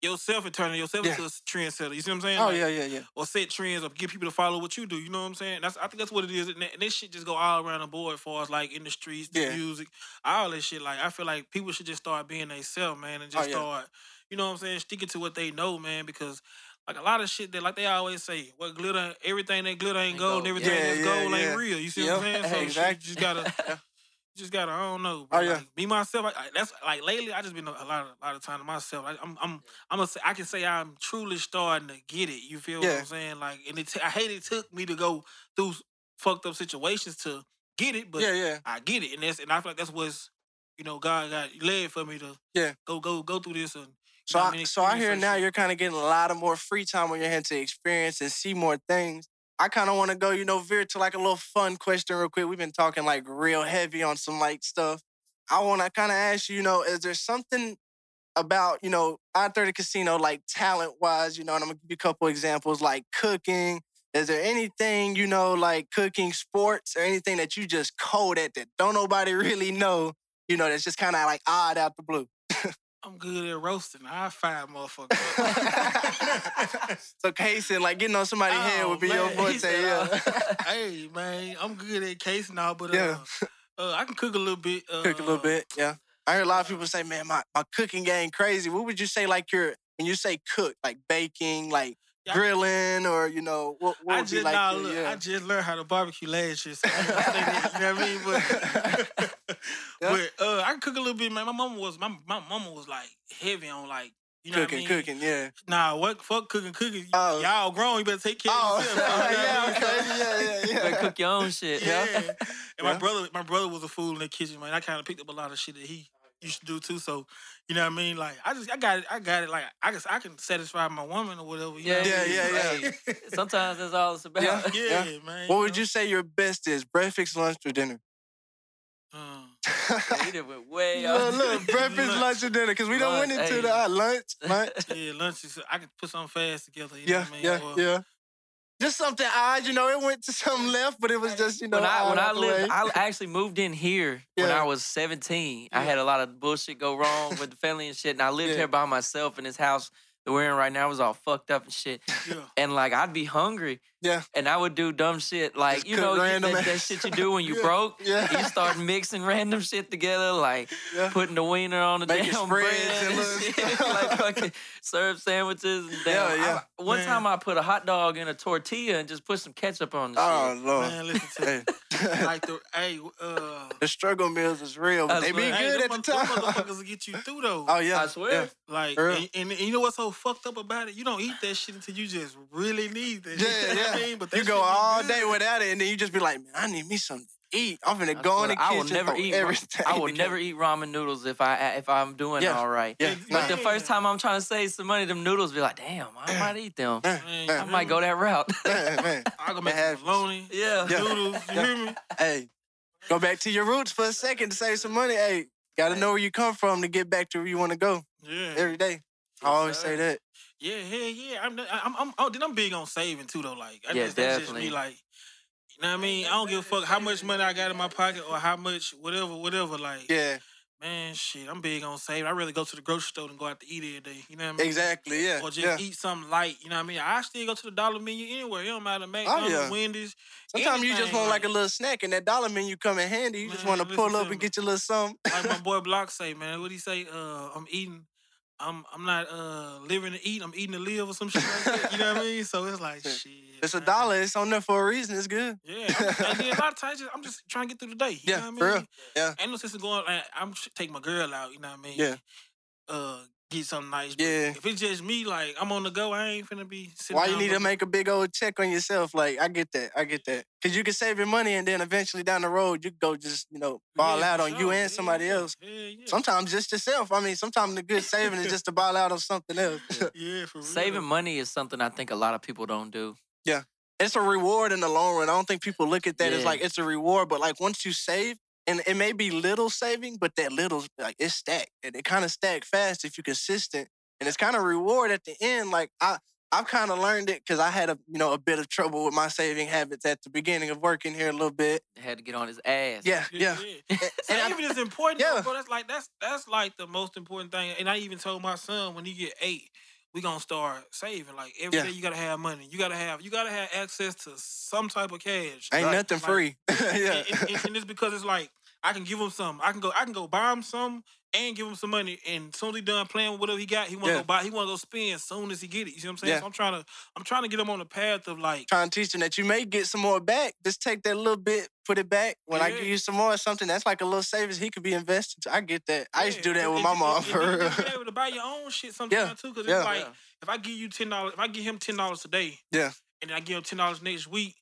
C: Yourself and turn yourself
B: Yeah.
C: into a trendsetter. You see what I'm saying?
B: Oh
C: Like,
B: yeah, yeah, yeah.
C: Or set trends or get people to follow what you do. You know what I'm saying? That's I think that's what it is. And that- and this shit just go all around the board as far as like in the streets, the
B: Yeah.
C: music, all that shit. Like I feel like people should just start being themselves, man, and just
B: Oh, yeah.
C: start, you know what I'm saying, sticking to what they know, man, because like a lot of shit that like they always say, what glitter everything that glitter ain't
A: Ain't
C: gold,
A: gold.
C: and everything
B: Yeah,
C: that's
B: yeah,
C: gold
B: yeah.
C: ain't real. You see what I'm
B: Yeah,
C: saying? So shit,
B: exactly.
C: you just gotta
B: Yeah.
C: you just gotta, I don't know.
B: Oh,
C: bro.
B: yeah.
C: Like, be myself. I, I- that's like lately. I just been a, a lot, of, a lot of time to myself. I, I'm, I'm, I'm a, I can say I'm truly starting to get it. You feel what
B: Yeah.
C: I'm saying? Like, and it, t- I hate it took me to go through s- fucked up situations to get it, but
B: yeah, yeah,
C: I get it, and that's, and I feel like that's what's, you know, God got led for me to,
B: Yeah.
C: go, go, go through this, and
B: So
C: know what
B: I,
C: I mean?
B: so I
C: Experience
B: hear
C: that
B: now
C: shit.
B: you're kind of getting a lot of more free time on your hands to experience and see more things. I kind of want to go, you know, veer to like a little fun question real quick. We've been talking like real heavy on some like stuff. I want to kind of ask you, you know, is there something about, you know, I 30 Casino, like talent wise, you know, and I'm going to give you a couple examples like cooking. Is there anything, you know, like cooking sports or anything that you just cold at that don't nobody really know, you know, that's just kind of like odd out the blue?
C: I'm good at roasting. I find motherfuckers.
B: So casing, like getting on somebody's head
C: Oh,
B: would be your
C: man, he
B: forte.
C: said, "Oh."
B: Yeah.
C: hey man, I'm good at case now, but uh,
B: Yeah.
C: uh, I can cook a little bit. Uh,
B: Cook a little bit. Yeah. I hear a lot of people say, man, my, my cooking game crazy. What would you say like your when you say cook, like baking, like
C: Yeah.
B: grilling, or you know, what, what
C: I
B: would be
C: just
B: like?
C: nah,
B: your-
C: look,
B: yeah.
C: I just learned how to barbecue last year. So I ain't gonna say that, you know what I mean? But,
B: Yeah.
C: but uh, I can cook a little bit, man. My mama was my my mama was like heavy on like you know
B: cooking,
C: what I mean?
B: cooking, yeah.
C: Nah, what fuck cooking, cooking.
B: Oh.
C: Y'all grown, you better take care
B: Oh,
C: of yourself. you know
B: yeah,
C: what I mean?
B: okay, yeah,
A: You
B: yeah,
A: better
B: yeah.
A: cook your own shit.
C: Yeah. And my
B: Yeah.
C: brother, my brother was a fool in the kitchen, man. I kind of picked up a lot of shit that he used to do too. So, you know what I mean? Like, I just, I got it, I got it. Like, I guess I can satisfy my woman or whatever. You know what I
B: Yeah,
C: mean?
B: yeah, yeah.
A: Hey, sometimes that's all it's about.
B: Yeah.
C: yeah, man.
B: What would
C: know?
B: you say your best is? Breakfast, lunch, or dinner?
C: Um,
A: He done went way
B: look,
A: off.
B: look, breakfast, lunch, or dinner, because we don't went
A: Lunch,
B: into
A: hey.
B: the uh, lunch, lunch.
C: yeah, lunch is. I can put something fast together. You know
B: Yeah,
C: what I mean?
B: yeah,
C: Or-
B: yeah. Just something odd, you know. It went to something left, but it was just, you know.
A: when I when
B: odd
A: I
B: out the
A: lived,
B: way.
A: I actually moved in here when
B: Yeah.
A: I was 17. I
C: Yeah.
A: had a lot of bullshit go wrong with the family and shit, and I lived
B: Yeah.
A: here by myself in this house that we're in right now. It was all fucked up and shit,
C: yeah.
A: and like I'd be hungry,
B: Yeah.
A: And I would do dumb shit like
B: Just
A: you
B: cook
A: know you-
B: random
A: that, that
B: ass.
A: shit you do when you
B: Yeah.
A: broke.
B: Yeah.
A: You start mixing random shit together, like
B: Yeah.
A: putting the wiener on the
B: Making
A: damn bread
B: spreads and
A: and
B: little
A: shit,
B: stuff.
A: like fucking serve sandwiches and damn.
B: Yeah, yeah.
A: I- one
C: Man.
A: time I put a hot dog in a tortilla and just put some ketchup on the
B: Oh lord.
C: Man, listen to
B: Hey.
C: like the hey uh.
B: the struggle meals is real.
A: I
B: They be
A: swear.
C: hey,
B: good
C: them
B: at the
C: mother- them
B: time.
C: Motherfuckers will get you through though.
B: Oh
A: shit.
B: yeah.
A: I swear.
C: Like,
B: For real.
C: and, and, and you know what's so fucked up about it? You don't eat that shit until you just really need that.
B: Yeah,
C: You know what I
B: yeah.
C: mean? But
B: You go
C: that shit be
B: all
C: good.
B: day without it, and then you just be like, man, I need me something to eat. I'm
A: I
B: finna go in
A: swear,
B: the
A: I
B: kitchen.
A: will never
B: throw
A: eat ra-
B: everything
A: I will
B: together.
A: never eat ramen noodles if I if I'm doing
B: Yeah.
A: all right.
B: Yeah.
C: But
A: But
B: nah.
A: the first time I'm trying to save some money, them noodles be like, damn, I might eat them.
B: Man,
C: Man,
A: I
B: man,
A: might go that route.
B: man, man.
C: I go make
B: It happens.
C: bologna,
A: yeah.
B: Yeah.
C: noodles. You hear me?
B: Hey, go back to your roots for a second to save some money. Hey, gotta know where you come from to get back to where you want to go
C: Yeah,
B: every day. I always say that.
C: yeah, hell yeah. I'm, I'm, I'm, oh, then I'm big on saving too though. Like, I
A: Yeah,
C: just, that's just
A: definitely.
C: me like, you know what I mean? I don't give a fuck how much money I got in my pocket or how much whatever, whatever. Like,
B: Yeah,
C: man, shit, I'm big on saving. I rather go to the grocery store than go out to eat every day. You know what I mean?
B: exactly. Yeah,
C: Hmm. Or just
B: yeah.
C: eat something light, you know what I mean? I still go to the dollar menu anywhere. It don't matter, McDonald's,
B: Oh, yeah.
C: Wendy's.
B: Sometimes you just
C: anything,
B: want
C: like-
B: like a little snack, and that dollar menu come in handy. You just
C: Man,
B: want to
C: listen
B: pull
C: to
B: up
C: me.
B: and get your little something.
C: like my boy Block say, man, what he say? Uh, I'm eating. I'm I'm not uh living to eat. I'm eating to live or some shit like that. You know what I mean? So it's like
B: Yeah.
C: shit.
B: It's a
C: man.
B: dollar. It's on there for a reason. It's good.
C: Yeah, I'm- and then a lot of times I'm just trying to get through the day. You
B: Yeah,
C: know what
B: for
C: I
B: real.
C: mean?
B: Yeah.
C: Ain't no sense in going. Like, I'm sh- take my girl out. You know what I mean?
B: Yeah.
C: Uh, get something nice. but
B: Yeah.
C: If it's just me, like I'm on the go, I ain't finna be. Sitting
B: Why you
C: down
B: need to
C: looking-
B: make a big old check on yourself? Like, I get that. I get that. Because you can save your money and then eventually down the road, you go just, you know, ball
C: Yeah,
B: out
C: for
B: on you
C: sure.
B: and
C: Yeah,
B: somebody
C: yeah.
B: else.
C: Yeah, yeah.
B: Sometimes just yourself. I mean, sometimes the good saving is just to ball out on something else.
C: yeah, for real.
A: Saving money is something I think a lot of people don't do.
B: it's a reward in the long run. I don't think people look at that as
A: Yeah.
B: like it's a reward, but like once you save, and it may be little saving, but that little like it's stacked and it kind of stack fast if you're consistent, and it's kind of reward at the end. Like I I've kind of learned it because I had a you know a bit of trouble with my saving habits at the beginning of working here a little bit.
A: Had to get on his ass.
B: Yeah, yeah,
C: yeah.
B: and-
C: And
B: and I-
C: even it's important,
B: Yeah.
C: though, bro. That's like that's that's like the most important thing. And I even told my son when he get eight, we gonna start saving. Like every day
B: Yeah.
C: you gotta have money. You gotta have you gotta have access to some type of cash.
B: ain't
C: Like-
B: nothing
C: like-
B: free. yeah,
C: And, and- and- and it's because it's like I can give him some. I can go I can go buy him some and give him some money. And soon as he done playing with whatever he got, he wanna
B: Yeah.
C: go buy. He wanna go spend soon as he get it. You see what I'm saying?
B: Yeah.
C: So I'm trying to I'm trying to get him on the path of like
B: trying to teach them that you may get some more back. Just take that little bit, put it back. When I
C: Yeah.
B: give you some more or something, that's like a little savings he could be invested. I get that. I used to
C: Yeah,
B: do that
C: and-
B: with
C: and
B: my
C: you-
B: mom
C: and
B: for
C: you- and
B: real.
C: You be able to buy your own shit sometimes too, because it's
B: yeah.
C: like
A: Yeah.
C: if I give you ten dollars, if I give him ten dollars today,
B: Yeah.
C: and I give him ten dollars next week,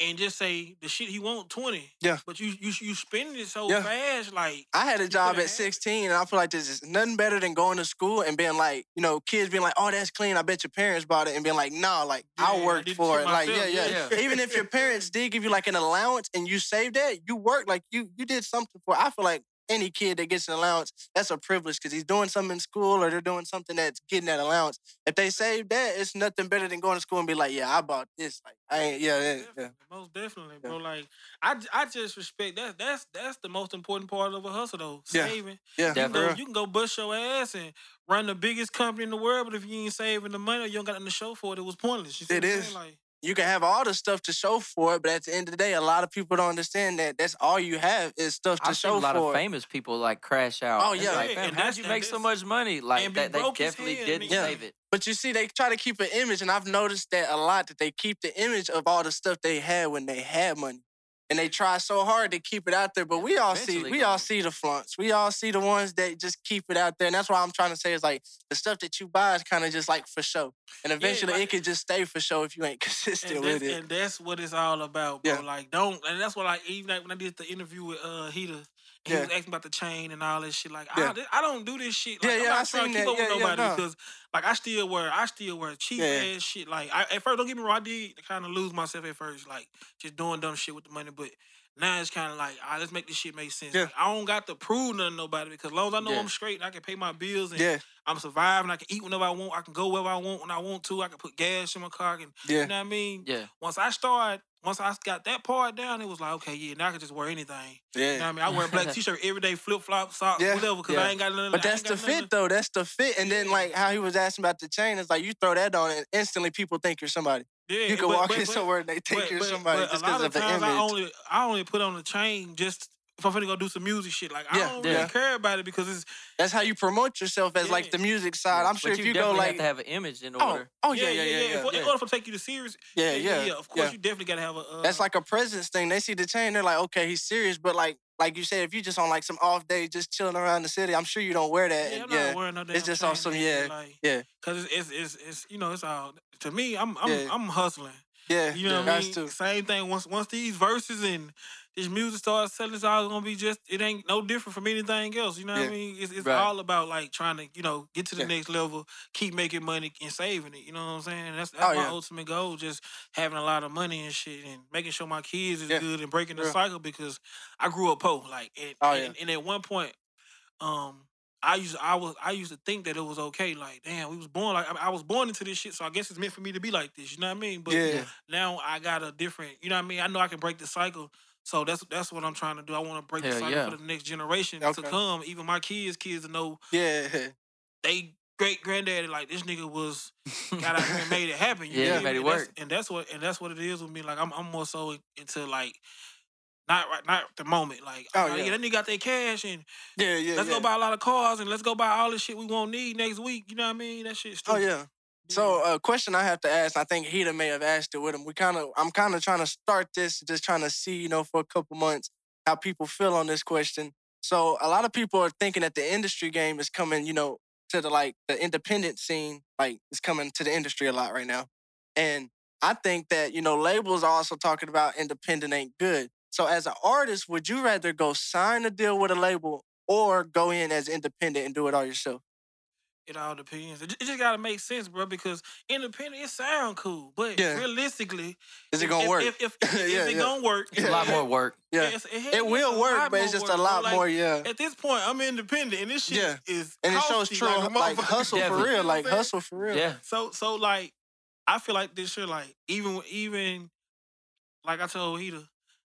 C: and just say the shit he want twenty,
B: Yeah.
C: but you you you spending it so
B: Yeah.
C: fast, like
B: I had a job
C: could've
B: at
C: had it.
B: 16, and I feel like this is nothing better than going to school and being like, you know, kids being like, oh, that's clean. I bet your parents bought it. And being like, no, like,
C: Yeah,
B: I
C: I
B: worked
C: did
B: for
C: shit
B: it. Like, yeah,
C: myself,
B: yeah.
A: yeah.
B: Even if your parents did give you like an allowance and you saved that, you worked like you you did something for it. I feel like any kid that gets an allowance, that's a privilege because he's doing something in school or they're doing something that's getting that allowance. If they save that, it's nothing better than going to school and be like, yeah, I bought this. Like, I ain't, yeah, yeah, yeah.
C: Definitely, Most definitely,
B: Yeah.
C: bro. Like I, j- I just respect that. That's that's the most important part of a hustle, though.
B: Yeah.
C: Saving.
B: Yeah,
C: You can, go,
A: Definitely.
C: you can go bust your ass and run the biggest company in the world, but if you ain't saving the money, or you don't got nothing to show for it. It was pointless. You see
B: It
C: what I'm
B: is.
C: saying? Like,
B: you can have all the stuff to show for it, but at the end of the day, a lot of people don't understand that that's all you have is stuff to
A: I've seen
B: show
A: a lot
B: for
A: of
B: it.
A: famous people like crash out.
B: Oh,
A: It's
B: yeah.
A: like,
C: Yeah,
A: fam,
C: and
A: how'd
C: that's-
A: you
C: and
A: make so
C: that's-
A: much money? Like
C: and be
A: that, they
C: broke as
A: definitely
C: hell,
A: didn't
C: nigga. Yeah.
A: save it.
B: But you see, they try to keep an image, and I've noticed that a lot that they keep the image of all the stuff they had when they had money. And they try so hard to keep it out there, but we all see
A: Eventually
B: we
A: gonna-
B: all see the flunks. We all see the ones that just keep it out there. And that's why I'm trying to say is like the stuff that you buy is kind of just like for show. And eventually
C: like-
B: it could just stay for show if you ain't consistent
C: and
B: with
C: that's,
B: it.
C: and that's what it's all about, bro.
B: Yeah.
C: Like, don't, and that's what, like, even like when I did the interview with uh Hita, and he
B: Yeah.
C: was asking about the chain and all this shit. Like,
B: Yeah.
C: I, thi- I don't do this shit. Like,
B: Yeah,
C: I'm
B: yeah,
C: not
B: I
C: trying
B: seen
C: to keep
B: that.
C: up with
B: Yeah, yeah,
C: nobody
B: no.
C: because, like, I still wear, I still wear cheap
B: Yeah.
C: ass shit. Like, I, at first, don't get me wrong, I did kind of lose myself at first, like, just doing dumb shit with the money, but. Now it's kind of like, all right, let's make this shit make sense.
B: Yeah.
C: Like, I don't got to prove nothing to nobody because as long as I know
A: Yeah.
C: I'm straight and I can pay my bills and
B: Yeah,
C: I'm surviving, I can eat whenever I want, I can go wherever I want when I want to, I can put gas in my car, I can,
B: yeah.
C: you know what I mean?
A: Yeah.
C: once I start, once I got that part down, it was like, okay, yeah, now I can just wear anything. You know
B: Yeah.
C: what I mean? I wear a black t-shirt every day, flip-flop, socks,
B: Yeah,
C: whatever, because
B: yeah.
C: I ain't got nothing.
B: But
C: I
B: that's
C: ain't
B: the
C: got nothing-
B: fit though. That's the fit. And then like how he was asking about the chain, it's like you throw that on and instantly people think you're somebody.
C: Yeah,
B: You can
C: but-
B: walk
C: but-
B: in
C: but-
B: somewhere and they think
C: but-
B: you're
C: but-
B: somebody
C: but
B: just
C: a lot
B: because
C: of
B: of the
C: times
B: image.
C: I only I only put on the chain just if I'm finna go do some music shit. Like I
B: Yeah,
C: don't really
A: yeah.
C: care about it because it's
B: That's how you promote yourself as
C: Yeah.
B: like the music side. I'm sure
A: but
B: if you go
A: definitely
B: like
A: have to have an image in
B: oh,
A: order.
B: oh yeah, yeah, yeah, yeah,
C: If- In
B: yeah.
C: order for them to take you to serious,
B: Yeah, yeah,
C: Of course,
B: yeah.
C: you definitely gotta have a. Uh,
B: That's like a presence thing. They see the chain, they're like, okay, he's serious. But like, like you said, if you just on like some off day, just chilling around the city, I'm sure you don't wear that.
C: Yeah,
B: and-
C: I'm
B: eh, Yeah,
C: not wearing no damn
B: It's just
C: chain,
B: awesome,
C: man,
B: yeah,
C: Like,
B: yeah.
C: Cause it's, it's it's it's you know it's all to me. I'm I'm
B: Yeah.
C: I'm hustling.
B: yeah,
C: You know what I
B: that's
C: mean?
B: too.
C: Same thing. Once once these verses and this music starts selling, it's all gonna be just it ain't no different from anything else. You know what
B: Yeah.
C: I mean? It's, it's
A: Right.
C: all about like trying to you know get to the
B: Yeah.
C: next level, keep making money and saving it. You know what I'm saying? That's that's
B: Oh,
C: my
B: yeah.
C: ultimate goal. Just having a lot of money and shit and making sure my kids is
B: Yeah.
C: good and breaking the
B: Real.
C: cycle because I grew up poor. Like and,
B: Oh,
C: and, and at one point, um. I used I was I used to think that it was okay. Like, damn, we was born like I, I was born into this shit, so I guess it's meant for me to be like this. You know what I mean? But
B: Yeah,
C: now I got a different, you know what I mean? I know I can break the cycle. So that's that's what I'm trying to do. I want to break the
A: Hell
C: cycle
A: yeah.
C: for the next generation to
B: Okay.
C: come. Even my kids, kids to know
B: yeah,
C: they great granddaddy like this nigga was got out here and made it happen. You
A: Yeah,
C: feel
A: made
C: me?
A: it
C: That's-
A: work.
C: and that's what and that's what it is with me. Like I'm I'm more so into like not right not the moment. Like
B: Oh,
C: oh, yeah.
B: yeah.
C: that nigga got their cash and
B: yeah, yeah.
C: let's
B: yeah.
C: go buy a lot of cars and let's go buy all this shit we won't need next week. You know what I mean? That shit.
B: Oh
C: stupid.
B: yeah. So
C: Mm-hmm.
B: a question I have to ask, I think Hita may have asked it with him. We kind of, I'm kind of trying to start this, just trying to see, you know, for a couple months how people feel on this question. So a lot of people are thinking that the industry game is coming, you know, to the like the independent scene, like it's coming to the industry a lot right now. And I think that you know labels are also talking about independent ain't good. So as an artist, would you rather go sign a deal with a label or go in as independent and do it all yourself?
C: It all depends. It, ju- it just gotta make sense, bro. Because independent, it sound cool, but
B: Yeah.
C: realistically,
B: Is it
C: if-
B: gonna
C: if-
B: work?
C: If, if, if,
B: Yeah,
C: it
B: yeah.
C: gonna work,
A: It's a lot more work.
B: Yeah.
C: It's- it,
B: It
C: hell, it's
B: will
C: a
B: work,
C: lot
B: but it's
C: more
B: just
C: work,
B: a
C: bro.
B: lot
C: Like,
B: more, yeah.
C: At this point, I'm independent, and this shit
B: Yeah.
C: is
B: And it shows
C: costly
B: true
C: like, a
B: like,
C: motherfucker.
B: hustle for
A: Definitely.
B: real, like
C: You know what I'm saying?
B: hustle for real.
A: Yeah.
C: So so like, I feel like this shit like even even like I told Hita,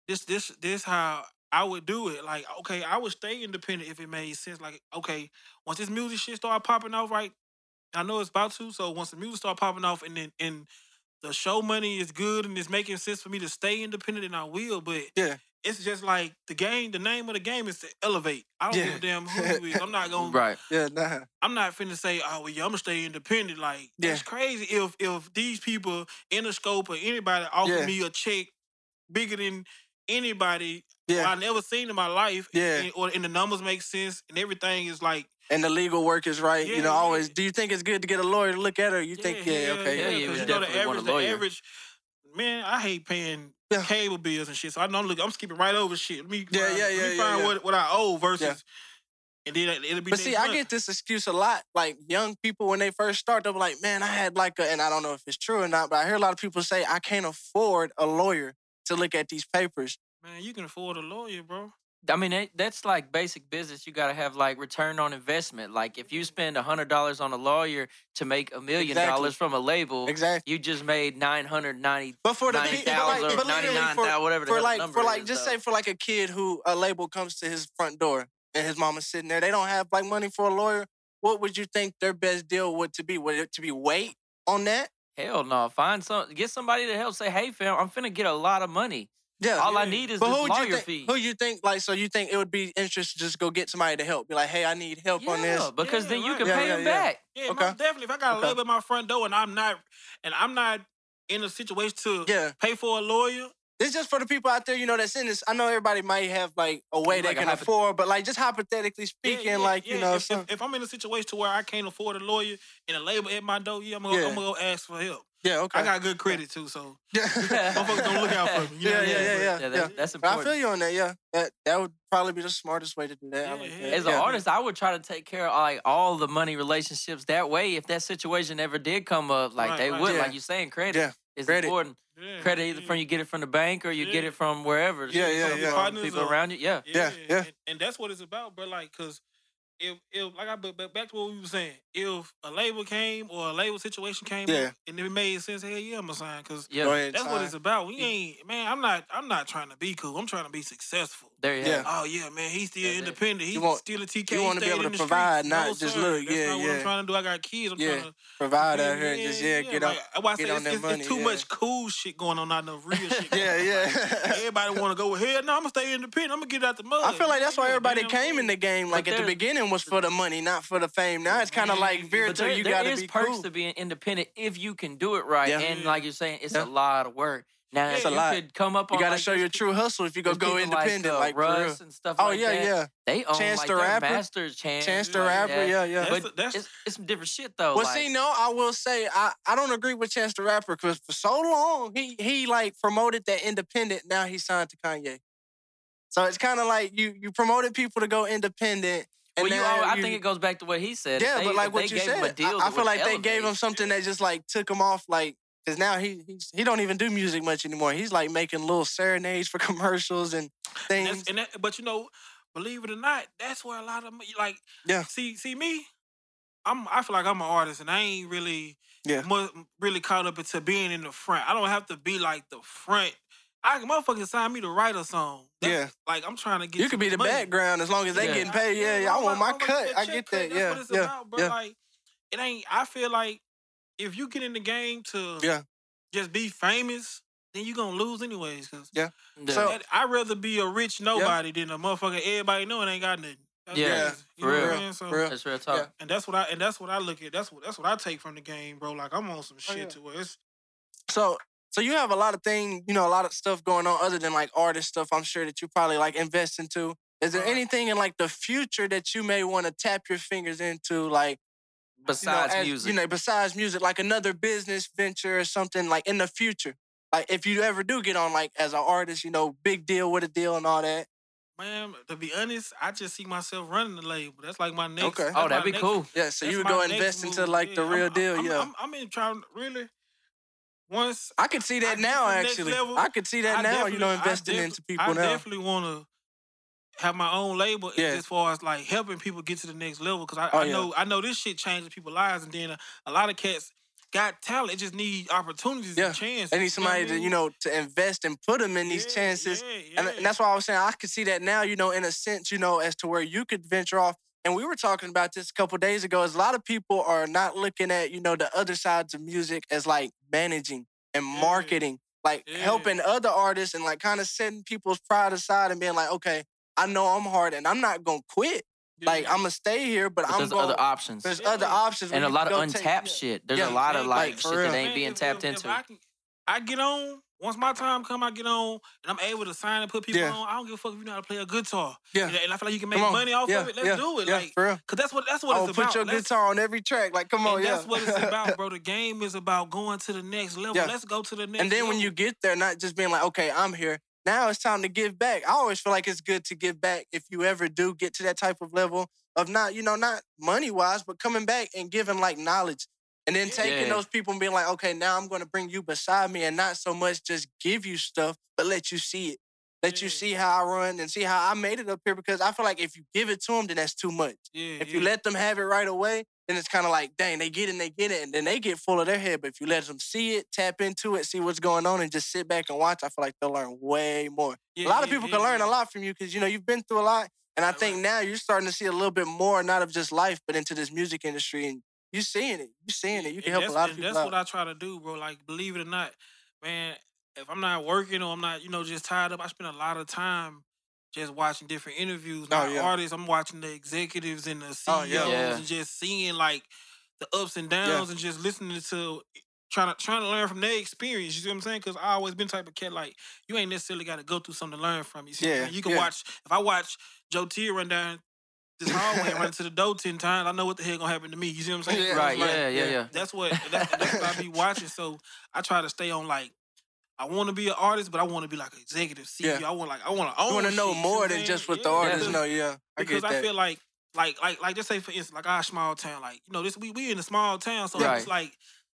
C: this this this how I would do it. Like okay, I would stay independent if it made sense. Like okay, once this music shit start popping off, right? I know it's about to. So once the music start popping off, and then and the show money is good and it's making sense for me to stay independent, and I will. But
B: Yeah.
C: It's just like the game. The name of the game is to elevate. I don't give
B: Yeah.
C: a damn who you is. I'm not gonna
A: Right.
B: Yeah, nah.
C: I'm not finna say, oh well, yeah, I'm gonna stay independent. Like
B: Yeah.
C: that's crazy. If if these people in the scope or anybody offer
B: Yeah.
C: me a check bigger than anybody
B: Yeah.
C: I never seen in my life,
B: Yeah.
C: and, or and the numbers make sense and everything is like,
B: And the legal work is right.
C: Yeah,
B: you know,
C: yeah.
B: always do you think it's good to get a lawyer to look at her? You think, yeah,
C: hell
B: okay.
A: yeah.
B: Yeah.
A: you
C: 'cause
A: would
C: you know the
A: definitely want
C: average,
A: a
C: the
A: lawyer.
C: average. Man, I hate paying
B: Yeah.
C: cable bills and shit. So I know, look, I'm skipping right over shit. Let me
B: Yeah,
C: find,
B: yeah,
C: let me
B: yeah, yeah,
C: find
B: yeah.
C: What, what I owe versus, and then it'll be.
B: But see,
C: next
B: I
C: month.
B: get this excuse a lot. Like young people when they first start, they'll be like, Man, I had like a and I don't know if it's true or not, but I hear a lot of people say, I can't afford a lawyer to look at these papers.
C: man, you can afford a lawyer, bro.
A: I mean, that, that's like basic business. You got to have like return on investment. Like if you spend a hundred dollars on a lawyer to make a million
B: Exactly.
A: dollars from a label,
B: Exactly.
A: you just made nine hundred ninety
B: But for the
A: ninety
B: people like,
A: thousand or
B: but
A: ninety
B: literally
A: nine
B: for,
A: thousand, whatever the
B: for
A: hell the
B: like
A: number
B: for like
A: is,
B: just
A: though.
B: say for like a kid who a label comes to his front door and his mama's sitting there, they don't have like money for a lawyer. What would you think their best deal would to be? Would it to be wait on that?
A: hell no. Find some, get somebody to help. Say, hey, fam, I'm finna get a lot of money.
B: Yeah.
A: All I
C: Yeah.
A: need is
B: but
A: this
B: who would you
A: lawyer
B: think?
A: fee.
B: Who you think like? So you think it would be interest to just go get somebody to help? Be like, hey, I need help on
A: Yeah,
B: this.
A: because
C: Yeah,
A: then you
C: right.
A: can
B: Yeah,
A: pay
B: yeah,
A: him
B: yeah.
A: back.
C: Yeah,
B: Okay.
C: most definitely. If I got a
B: Okay.
C: label at my front door and I'm not and I'm not in a situation to
B: Yeah,
C: pay for a lawyer,
B: it's just for the people out there, you know, that's in this. I know everybody might have like a way they
A: Like a
B: can
A: hypo-
B: afford, but like just hypothetically
C: yeah,
B: speaking,
C: yeah,
B: like you
C: yeah,
B: know,
C: if,
B: some,
C: if, if I'm in a situation to where I can't afford a lawyer and a label at my door, yeah, I'm gonna,
B: Yeah.
C: I'm gonna go ask for help.
B: yeah, okay,
C: I got good credit too, so
A: Motherfuckers
C: motherfuckers gonna look out for me. You know
B: Yeah,
C: what I mean?
B: yeah, yeah,
A: that-
B: yeah.
A: That's
B: But I
A: important.
B: feel you on that. Yeah, that that would probably be the smartest way to do that. I
C: Yeah,
B: like
C: yeah.
B: that.
A: As
B: yeah.
A: an artist, I would try to take care of like all the money relationships. That way, if that situation ever did come up, like
C: Right,
A: they
C: right.
A: would,
B: Yeah.
A: like you saying, credit
B: Yeah,
A: is
B: credit.
A: important.
C: Yeah,
A: Credit either from you get it from the bank or you get
C: Yeah.
A: it from wherever.
B: Yeah, yeah,
A: from
B: yeah.
A: People
C: Partners or-
A: around you. Yeah.
B: Yeah, yeah.
C: And, and that's what it's about, bro. Like, cause if if like I but, but back to what we were saying, if a label came or a label situation came,
B: Yeah.
C: and it made sense, hell yeah, I'ma sign because
B: Go
A: Yeah,
B: ahead.
C: that's what
B: sign.
C: it's about. We ain't man. I'm not. I'm not trying to be cool. I'm trying to be successful.
A: there you
B: Yeah.
A: have. it.
C: Oh yeah, man, he's still
A: That's it.
C: independent. He's
B: You want-
C: still a TK.
B: you wanna
C: want
B: be able to provide, not just look,
C: That's
B: yeah,
C: not what
B: yeah.
C: I'm trying to do. I got kids. I'm
B: Yeah.
C: trying to
B: Provide
C: you feel
B: out here
C: me?
B: and just yeah, get on.
C: like, that's why I
B: get
C: say
B: on
C: it's,
B: that
C: it's,
B: money,
C: it's too
B: yeah.
C: much cool shit going on, not enough real shit. going
B: Yeah,
C: on.
B: yeah.
C: Everybody want to go. Hell no, I'm gonna stay independent. I'm gonna get out the mud.
B: I feel like that's why
C: Yeah,
B: everybody
C: damn
B: came
C: fool.
B: in the game. Like at the
A: there-
B: beginning was for the money, not for the fame. Now it's kind of like
C: But
B: veer
A: But there,
B: to you
A: there
B: gotta
A: is
B: be
A: perks
B: cool.
A: to being independent if you can do it right.
B: Yeah.
A: And
C: Yeah.
A: like you're saying, it's
B: Yeah.
A: a lot of work. Now,
C: It's
A: if
C: a
A: you
B: lot.
A: could come up
B: You
A: on
B: gotta
A: like
B: show
A: these
B: your
A: pe-
B: true hustle if you go
A: these
B: go
A: people like,
B: independent,
A: uh,
B: like, for real.
A: Russ and stuff.
B: Oh
A: like
B: yeah,
A: that.
B: yeah.
A: They own
B: Chance
A: like
B: the
A: their
B: Rapper.
A: masters, Chance,
B: Chance the
A: like
B: rapper,
A: that.
B: yeah, yeah.
C: That's
A: But
C: the- that's-
A: it's, it's some different shit though.
B: Well,
A: like,
B: see, no, I will say I, I don't agree with Chance the Rapper because for so long he he like promoted that independent. Now he signed to Kanye, so it's kind of like you you promoted people to go independent, and
A: well, you
B: now
A: all, I
B: you-
A: think it goes back to what he said. If
B: yeah,
A: they-
B: but
A: if
B: like
A: they
B: what you
A: gave him
B: said,
A: a deal
B: I, I
A: that
B: feel
A: would
B: like they gave
A: elevate-
B: him something that just like took him off, like because now he he's, he don't even do music much anymore. He's like making little serenades for commercials and
C: and
B: things.
C: that's- and that, but you know, believe it or not, that's where a lot of me- like
B: Yeah.
C: See, see me. I'm. I feel like I'm an artist, and I ain't really
B: Yeah.
C: mu- really caught up into being in the front. I don't have to be like the front. I can motherfucking sign me to write a song. That's-
B: Yeah.
C: Like I'm trying to get
B: You could be the
C: money.
B: background as long as they
A: Yeah.
B: getting paid. Yeah, yeah, I want my cut. I get that.
C: That's what
B: Yeah,
C: it's
B: yeah.
C: about, bro. Like it ain't. I feel like if you get in the game to
B: Yeah.
C: just be famous, then you gonna lose anyways. Cause
A: Yeah.
B: So-
C: that- I'd rather be a rich nobody than a motherfucker everybody knowing ain't got nothing. That's
A: Yeah.
C: crazy. you
A: Yeah,
C: know
A: for
B: real,
C: what I'm saying? So,
B: for real.
A: that's real talk.
B: Yeah.
C: And that's what I and that's what I look at. That's what that's what I take from the game, bro. Like I'm on some shit
B: Oh, yeah.
C: to where it's
B: So so you have a lot of thing, you know, a lot of stuff going on other than like artist stuff. I'm sure that you probably like invest into. Is there
C: Right.
B: anything in like the future that you may want to tap your fingers into, like you know,
A: Besides
B: as-
A: music,
B: you know, besides music, like another business venture or something like in the future? Like if you ever do get on, like as an artist, you know, big deal with a deal and all that.
C: man, to be honest, I just see myself running the label. That's like my next
B: Okay.
C: that's
A: oh,
C: my
A: that'd be
C: next-
A: cool.
B: Yeah, so you
C: that's
B: would
C: my
B: go
C: next
B: invest into
C: move.
B: like the
C: Yeah,
B: real
C: I'm-
B: deal.
C: I'm,
B: yeah,
C: I'm, I'm in trying really once
B: I could see
C: I
B: that
C: get
B: now.
C: to the next
B: Actually,
C: level,
B: I could see that
C: I
B: now. You know,
C: definitely- I
B: investing
C: defi-
B: into people
C: I
B: now.
C: definitely want to have my own label
B: Yeah.
C: as far as like helping people get to the next level because I,
B: Oh,
C: I
B: yeah.
C: know I know this shit changes people's lives and then a, a lot of cats got talent, it just need opportunities
B: Yeah.
C: and chances.
B: They need somebody
C: to
B: to, you know, to invest and put them in these chances. And, and that's why I was saying I could see that now, you know, in a sense, you know, as to where you could venture off. And we were talking about this a couple days ago. Is a lot of people are not looking at, you know, the other sides of music as like managing and
C: Yeah.
B: marketing, like
C: Yeah.
B: helping other artists and like kind of setting people's pride aside and being like, okay, I know I'm hard and I'm not gonna quit. Like I'm gonna stay here, but,
A: But
B: I'm
A: there's
B: going.
A: other options
B: there's
C: Yeah.
B: other options where
A: and a
B: you
A: lot
B: can
A: of
B: go take-
A: untapped
B: yeah.
A: shit. There's a
B: Yeah,
A: lot of
B: man,
A: like,
B: like, for
A: shit
B: real.
A: that ain't being
C: if-
A: tapped
C: if- if
A: into.
C: I, can- I get on. Once my time come, I get on, and I'm able to sign and put people
B: Yeah.
C: on. I don't give a fuck if you know how to play a guitar.
B: Yeah.
C: and, and I feel like you can
B: Come
C: make
B: on.
C: money off
B: yeah,
C: of it. Let's
B: yeah,
C: do it,
B: Yeah,
C: like,
B: for real.
C: cause that's what that's what
B: Oh,
C: it's
B: put
C: about.
B: your
C: Let's-
B: guitar on every track. Like, come on,
C: and
B: yeah.
C: that's what it's about, bro. The game is about going to the next level.
B: Yeah.
C: Let's go to the next.
B: And then when you
C: level.
B: get there, not just being like, okay, I'm here. Now it's time to give back. I always feel like it's good to give back if you ever do get to that type of level of not, you know, not money wise, but coming back and giving like knowledge. And then taking
A: Yeah.
B: those people and being like, okay, now I'm going to bring you beside me and not so much just give you stuff, but let you see it. Let you
C: Yeah.
B: see how I run and see how I made it up here because I feel like if you give it to them, then that's too much.
C: yeah,
B: If you
C: yeah.
B: let them have it right away, then it's kind of like, dang, they get it and they get it. And then they get full of their head. But if you let them see it, tap into it, see what's going on, and just sit back and watch, I feel like they'll learn way more. a
C: Yeah,
B: lot of
C: yeah,
B: people
C: yeah,
B: can learn
C: yeah.
B: a lot from you because, you know, you've been through a lot. And I
C: Right,
B: think
C: right.
B: now you're starting to see a little bit more, not of just life, but into this music industry. And you're seeing it. You're seeing it. You can
C: And
B: help a
C: that's-
B: lot of
C: and
B: people
C: That's what
B: out.
C: I try to do, bro. Like, believe it or not, man. If I'm not working or I'm not, you know, just tied up, I spend a lot of time just watching different interviews.
B: Oh,
C: Not
B: yeah.
C: artists. I'm watching the executives and the CEOs
B: Oh, yeah.
A: Yeah.
C: and just seeing like the ups and downs and just listening to trying to trying to learn from their experience. You see what I'm saying? Because I always been type of cat like you ain't necessarily got to go through something to learn from. You see, what I'm
B: Yeah,
C: saying? you can
B: yeah.
C: watch. If I watch Joe Tier run down this hallway and run to the door ten times, I know what the hell gonna happen to me. You see what I'm saying?
B: Yeah,
C: So
A: right?
C: it's like,
A: Yeah, yeah,
B: yeah.
A: yeah.
C: that's what that's, that's what I be watching. So I try to stay on like I want to be an artist, but I want to be like an executive CEO. I want like I want to own.
B: You want to know
C: shit,
B: more
C: what
B: than
C: I'm
B: just
C: saying?
B: what the
C: Yeah,
B: artists
C: because-
B: know. Yeah. I
C: Because
B: get
C: I,
B: that.
C: feel like like like like just say for instance like our small town like you know this we we in a small town so
A: Right.
C: it's like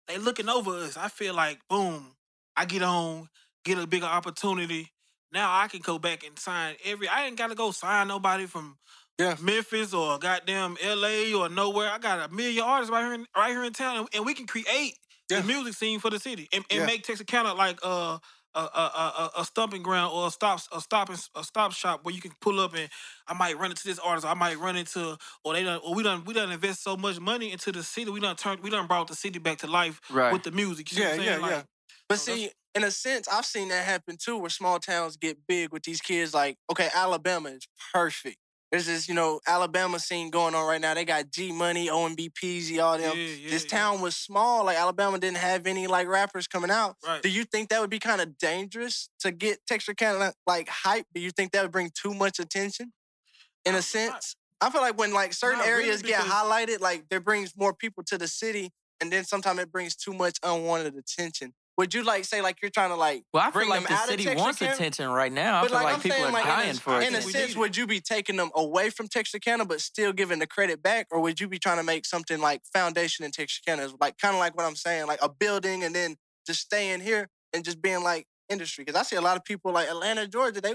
C: they looking over us. I feel like boom, I get on, get a bigger opportunity. Now I can go back and sign every. I ain't got to go sign nobody from
B: Yeah.
C: Memphis or goddamn LA or nowhere. I got a million artists right here in, right here in town, and, and we can create
B: Yeah.
C: the music scene for the city and, and
B: Yeah.
C: make Texarkana like uh, a a, a a a stumping ground or a stop a stopping a stop shop where you can pull up and I might run into this artist, I might run into or they done or we done we done invest so much money into the city, we done turned we done brought the city back to life
A: Right.
C: with the music. You see
B: Yeah,
C: what I'm
B: yeah,
C: saying? Like,
B: yeah. But
C: So Oh,
B: see,
C: that's-
B: in a sense, I've seen that happen too, where small towns get big with these kids. Like, okay, Alabama is perfect. There's this, you know, Alabama scene going on right now. They got G Money, OMB, Peasy, all them.
C: yeah, yeah,
B: this
C: yeah.
B: town was small. Like Alabama didn't have any like rappers coming out.
C: Right.
B: Do you think that would be kind of dangerous to get Texarkana like hype? Do you think that would bring too much attention? In
C: Nah,
B: a
C: it's Uh, not-
B: sense, I feel like when like certain
C: Not really,
B: areas get
C: because-
B: highlighted, like that brings more people to the city, and then sometimes it brings too much unwanted attention. Would you like say like you're trying to like?
A: Well, I feel
B: bring
A: like
B: them
A: the
B: out of
A: city wants
B: Texarkana?
A: attention right now. I feel like, people are
B: in a-
A: dying for
B: in a
A: attention.
C: We
B: sense,
C: need it.
B: would you be taking them away from Texarkana but still giving the credit back, or would you be trying to make something like foundation in Texarkana, It's like kind of like what I'm saying, like a building and then just staying here and just being like industry? Because I see a lot of people like Atlanta, Georgia. They,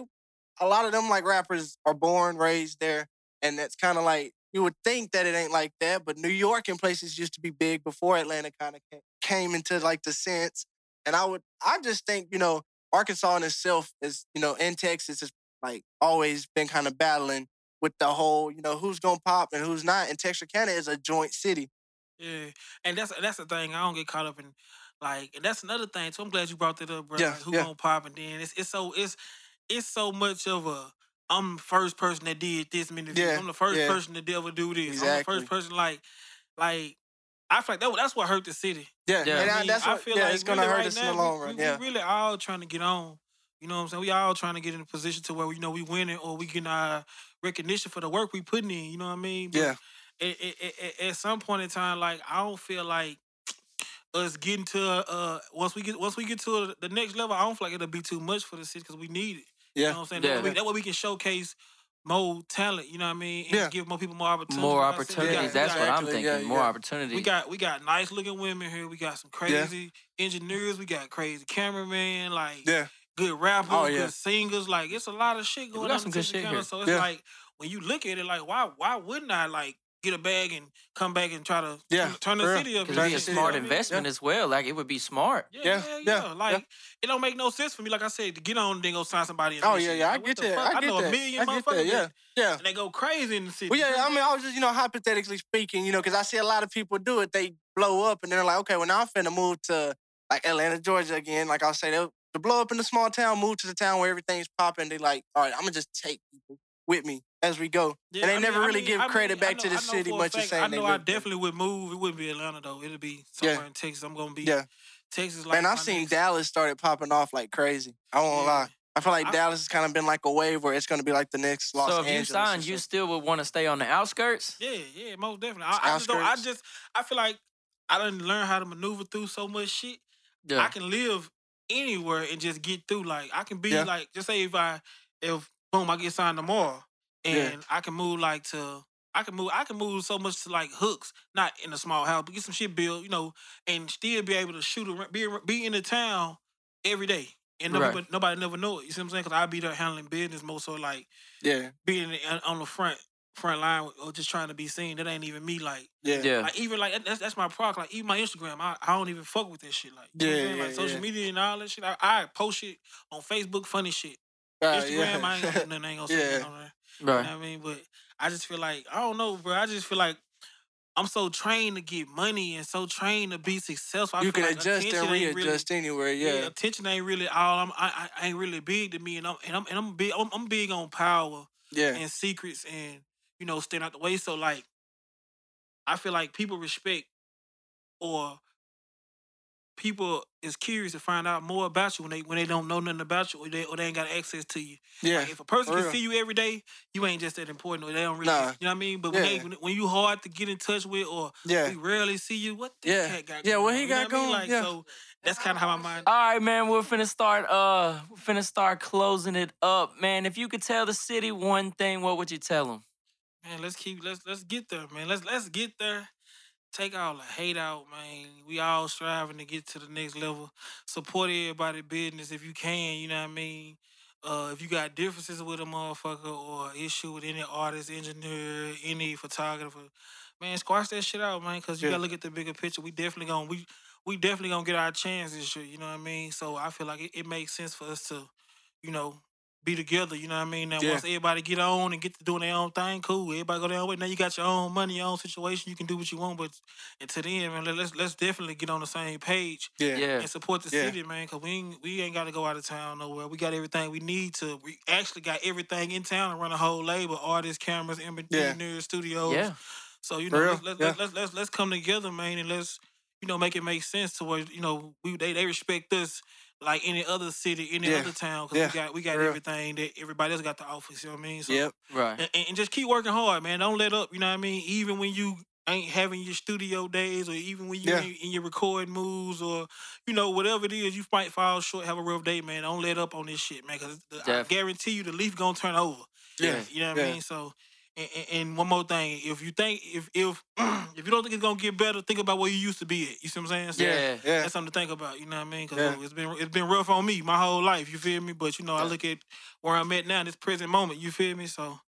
B: a lot of them like rappers are born, raised there, and that's kind of like you would think that it ain't like that, but New York and places used to be big before Atlanta kind of came into like the sense. And I would, I just think you know. Arkansas in itself is, you know, in Texas is like always been kind of battling with the whole, you know, who's gonna pop and who's not. And Texarkana is a joint city.
C: Yeah, and that's that's the thing. I don't get caught up in like, and that's another thing. So I'm glad you brought that up, bro.
B: Yeah,
C: like, who
B: yeah.
C: gonna pop? And then it's it's so it's it's so much of a I'm the first person that did this many. views.
B: Yeah,
C: I'm the first
B: yeah.
C: person to ever do this. I'm the
B: Exactly.
C: first person like like I feel like that, that's what hurt the city.
A: Yeah.
B: And
C: I
B: I,
C: mean,
B: that's
C: I
B: what,
C: feel
B: yeah,
C: like
B: it's gonna
C: really
B: hurt
C: right
B: us
C: now,
B: in
C: we-
B: the long run.
C: We,
B: yeah.
C: we really all trying to get on. You know what I'm saying? We all trying to get in a position to where you know we winning or we getting our recognition for the work we putting in. You know what I mean? But
B: Yeah.
C: At, at- at- at some point in time, like I don't feel like us getting to uh once we get once we get to the next level, I don't feel like it'll be too much for the city because we need it. You
B: Yeah.
C: know what I'm saying?
A: Yeah.
C: That, way, that way we can showcase more talent. You know what I mean? And
B: Yeah.
C: give more people more opportunities.
A: More
C: Like I said, we got-
A: opportunities.
C: we
A: That's
C: got-
A: what I'm
B: Exactly,
A: thinking.
B: yeah,
A: More
B: yeah.
A: opportunities.
C: we got we got nice looking women here. We got some crazy engineers. We got crazy cameramen. Like
B: Yeah.
C: good rappers,
B: Oh, yeah.
C: good singers. Like it's a lot of shit
A: we
C: going
A: got
C: on.
A: some
C: in
A: good shit
C: Texarkana,
A: here.
C: So it's
B: Yeah.
C: like when you look at it, like why why wouldn't I like get a bag and come back and try to
B: Yeah,
C: turn- turn
B: for
C: the
B: real.
C: city up?
A: Because
C: and
A: it'd be a
C: shit,
B: Exactly.
C: you know
A: smart
C: what I mean?
A: investment as well. Like it would be smart.
C: Yeah,
B: Yeah,
C: yeah, yeah.
B: yeah, yeah.
C: Like it don't make no sense for me. Like I said, to get on then go sign somebody. in
B: Oh yeah,
C: Michigan.
B: yeah, I
C: Like, what
B: get
C: the
B: that.
C: fuck?
B: I get
C: know
B: that.
C: a million
B: I get
C: motherfuckers.
B: that. Yeah,
C: that-
B: yeah.
C: And they go crazy in the city.
B: Well, yeah, I mean, I was just, you know, hypothetically speaking, you know, because I see a lot of people do it. They blow up and they're like, okay, well, now I'm finna move to like Atlanta, Georgia again. Like I'll say, they'll, to blow up in the small town, move to the town where everything's popping. They like, all right, I'm gonna just take people with me as we go.
C: Yeah,
B: and they
C: I mean-
B: never
C: I
B: really
C: mean-
B: give
C: I mean,
B: credit
C: I
B: back to
C: know-
B: the
C: I know
B: city
C: for a
B: much as
C: fact,
B: saying
C: I
B: they
C: know I
B: lived there.
C: definitely would move. It wouldn't be Atlanta though. It'd be
B: Yeah.
C: somewhere in Texas. I'm gonna be
B: Yeah.
C: Texas. Like
B: Man, I've
C: my
B: seen
C: next-
B: Dallas started popping off like crazy. I won't
C: Yeah.
B: lie. I feel like
C: I-
B: Dallas has kind of been like a wave where it's gonna be like the next Los
A: so if
B: Angeles.
A: you sign, you still would want to stay on the outskirts.
C: Yeah, yeah, most definitely. I, I just don't. I
B: Outskirts.
C: just I feel like I done learned how to maneuver through so much shit.
A: Yeah.
C: I can live anywhere and just get through. Like I can be
B: Yeah.
C: like, just say if I if boom I get signed tomorrow, and
B: Yeah.
C: I can move like to I can move I can move so much to like hooks, not in a small house, but get some shit built, you know, and still be able to shoot around, be ar- be in the town every day. And nobody,
A: Right.
C: nobody never know it. You see what I'm saying? Because I'll be there handling business more so like
B: yeah,
C: being in- on the front front line or just trying to be seen. That ain't even me. Like
B: yeah, yeah,
A: yeah.
C: like even like that- that's that's my product. Like even my Instagram, I, I don't even fuck with that shit. Like you know what I'm
B: Yeah,
C: saying?
B: yeah,
C: like social
B: yeah.
C: media and all that shit. I, I post shit on Facebook, funny shit.
B: Uh,
C: Instagram,
B: yeah.
C: I ain't gonna do nothing. I ain't gonna say
B: Yeah.
C: nothing on there. You
A: right.
C: know what I mean? But I just feel like I don't know, bro. I just feel like I'm so trained to get money and so trained to be successful. I
B: you
C: feel
B: can
C: like
B: adjust
C: attention
B: and
C: ain't really-
B: readjust anywhere. Yeah, yeah,
C: attention ain't really all. I'm, I, I ain't really big to me, and I'm and I'm and I'm big. I'm, I'm big on power and secrets and you know staying out the way. So like, I feel like people respect or people is curious to find out more about you when they when they don't know nothing about you or they or they ain't got access to you.
B: yeah.
C: Like, if a person
B: for
C: can
B: real.
C: see you every day, you ain't just that important or they don't really.
B: Nah.
C: You know what I mean? But when they
B: Yeah.
C: when, when you hard to get in touch with or
B: yeah.
C: we rarely see you, what the
B: Yeah.
C: cat got
B: Yeah,
C: going
B: what
C: on?
B: he
C: You know
B: got
C: what I mean?
B: going?
C: Like
B: Yeah.
C: so that's kind of how my mind.
A: All right, man. We're finna start. Uh, we're finna start closing it up, man. If you could tell the city one thing, what would you tell them?
C: Man, let's keep let's let's get there, man. Let's let's get there. Take all the hate out, man. We all striving to get to the next level. Support everybody business if you can, you know what I mean? Uh, if you got differences with a motherfucker or issue with any artist, engineer, any photographer, man, squash that shit out, man. Cause you
B: Yeah.
C: gotta look at the bigger picture. We definitely gonna we we definitely gonna get our chance this year. You know what I mean? So I feel like it, it makes sense for us to, you know, be together. You know what I mean? Now
B: Yeah.
C: once everybody get on and get to doing their own thing, cool. Everybody go their own way. Now you got your own money, your own situation. You can do what you want. But until then, man, let- let's let's definitely get on the same page
B: Yeah.
A: Yeah.
C: and support the
B: Yeah.
C: city, man. Cause we ain't, we ain't got to go out of town nowhere. We got everything we need to. We actually got everything in town to run a whole label: artists, cameras, engineers, studios.
A: Yeah.
C: So you
B: For
C: know,
B: real,
C: let's, let's,
B: yeah.
C: let's, let's let's let's come together, man, and let's you know make it make sense to where you know we they, they respect us like any other city, any
B: Yeah.
C: other town. Cause
B: Yeah.
C: we got we got
B: For real.
C: everything that everybody else got the office. You know what I mean? So
B: Yep.
A: Right.
C: and, and- and just keep working hard, man. Don't let up. You know what I mean? Even when you ain't having your studio days, or even when you
B: Yeah.
C: ain't in your recording moves, or you know whatever it is, you might fall short, have a rough day, man. Don't let up on this shit, man. Because I
A: Def-
C: guarantee you, the leaf gonna turn over.
B: Yeah.
C: You know what I
B: Yeah.
C: mean? So. And, and- and one more thing, if you think if if if you don't think it's gonna get better, think about where you used to be at. You see what I'm saying? So
A: Yeah.
B: Yeah.
C: that's something to think about. You know what I mean? Because
B: Yeah.
C: it's been it's been rough on me my whole life. You feel me? But you know, I
A: Yeah.
C: look at where I'm at now, this present moment. You feel me? So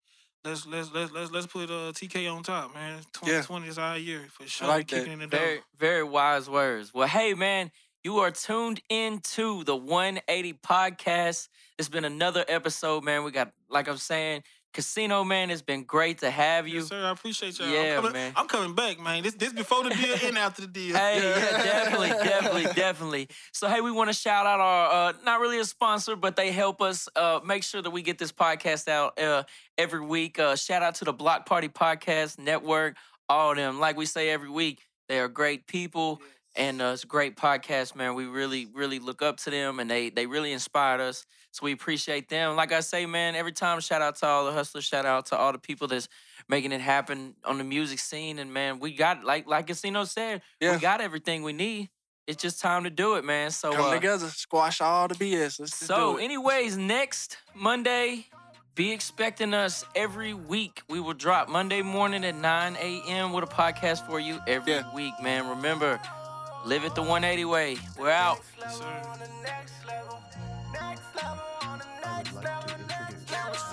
C: let's let's let's let's let's put uh, TK on top, man. 2020 is our year for sure.
B: like
C: Keep
B: that.
C: it in the door.
A: Very, very wise words. Well, hey, man, you are tuned into the 180 podcast. It's been another episode, man. We got, like I'm saying, Casino Man, it's been great to have you.
C: Yes, sir. I appreciate y'all.
A: Yeah,
C: I'm coming,
A: man.
C: I'm coming back, man. This this before the deal and after the deal.
A: Hey, yeah.
B: Yeah.
A: definitely, definitely, definitely. So, hey, we want to shout out our uh, not really a sponsor, but they help us uh, make sure that we get this podcast out uh, every week. Uh, shout out to the Block Party Podcast Network, all of them. Like we say every week, they are great people, and uh, it's a great podcast, man. We really, really look up to them, and they they really inspired us. So we appreciate them. Like I say, man, every time, shout out to all the hustlers, shout out to all the people that's making it happen on the music scene. And man, we got like like Casino said,
B: Yeah.
A: we got everything we need. It's just time to do it, man. So
B: Come
A: uh,
B: together, squash all the BS. Let's just
A: so
B: do it.
A: anyways, next Monday, be expecting us every week. We will drop Monday morning at 9 a.m. with a podcast for you every
B: Yeah.
A: week, man. Remember, live it the 180 way. We're out.
C: Yes, sir.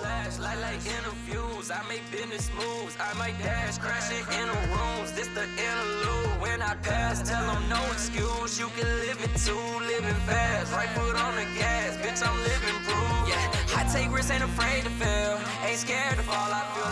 A: Flashlight like interviews. I make business moves. I might dash, crashing in the rooms. This the interlude. When I pass, tell 'em no excuse. You can live it too, living fast. Right foot on the gas, bitch, I'm living proof. Yeah, I take risks, ain't afraid to fail. Ain't scared to fall. I feel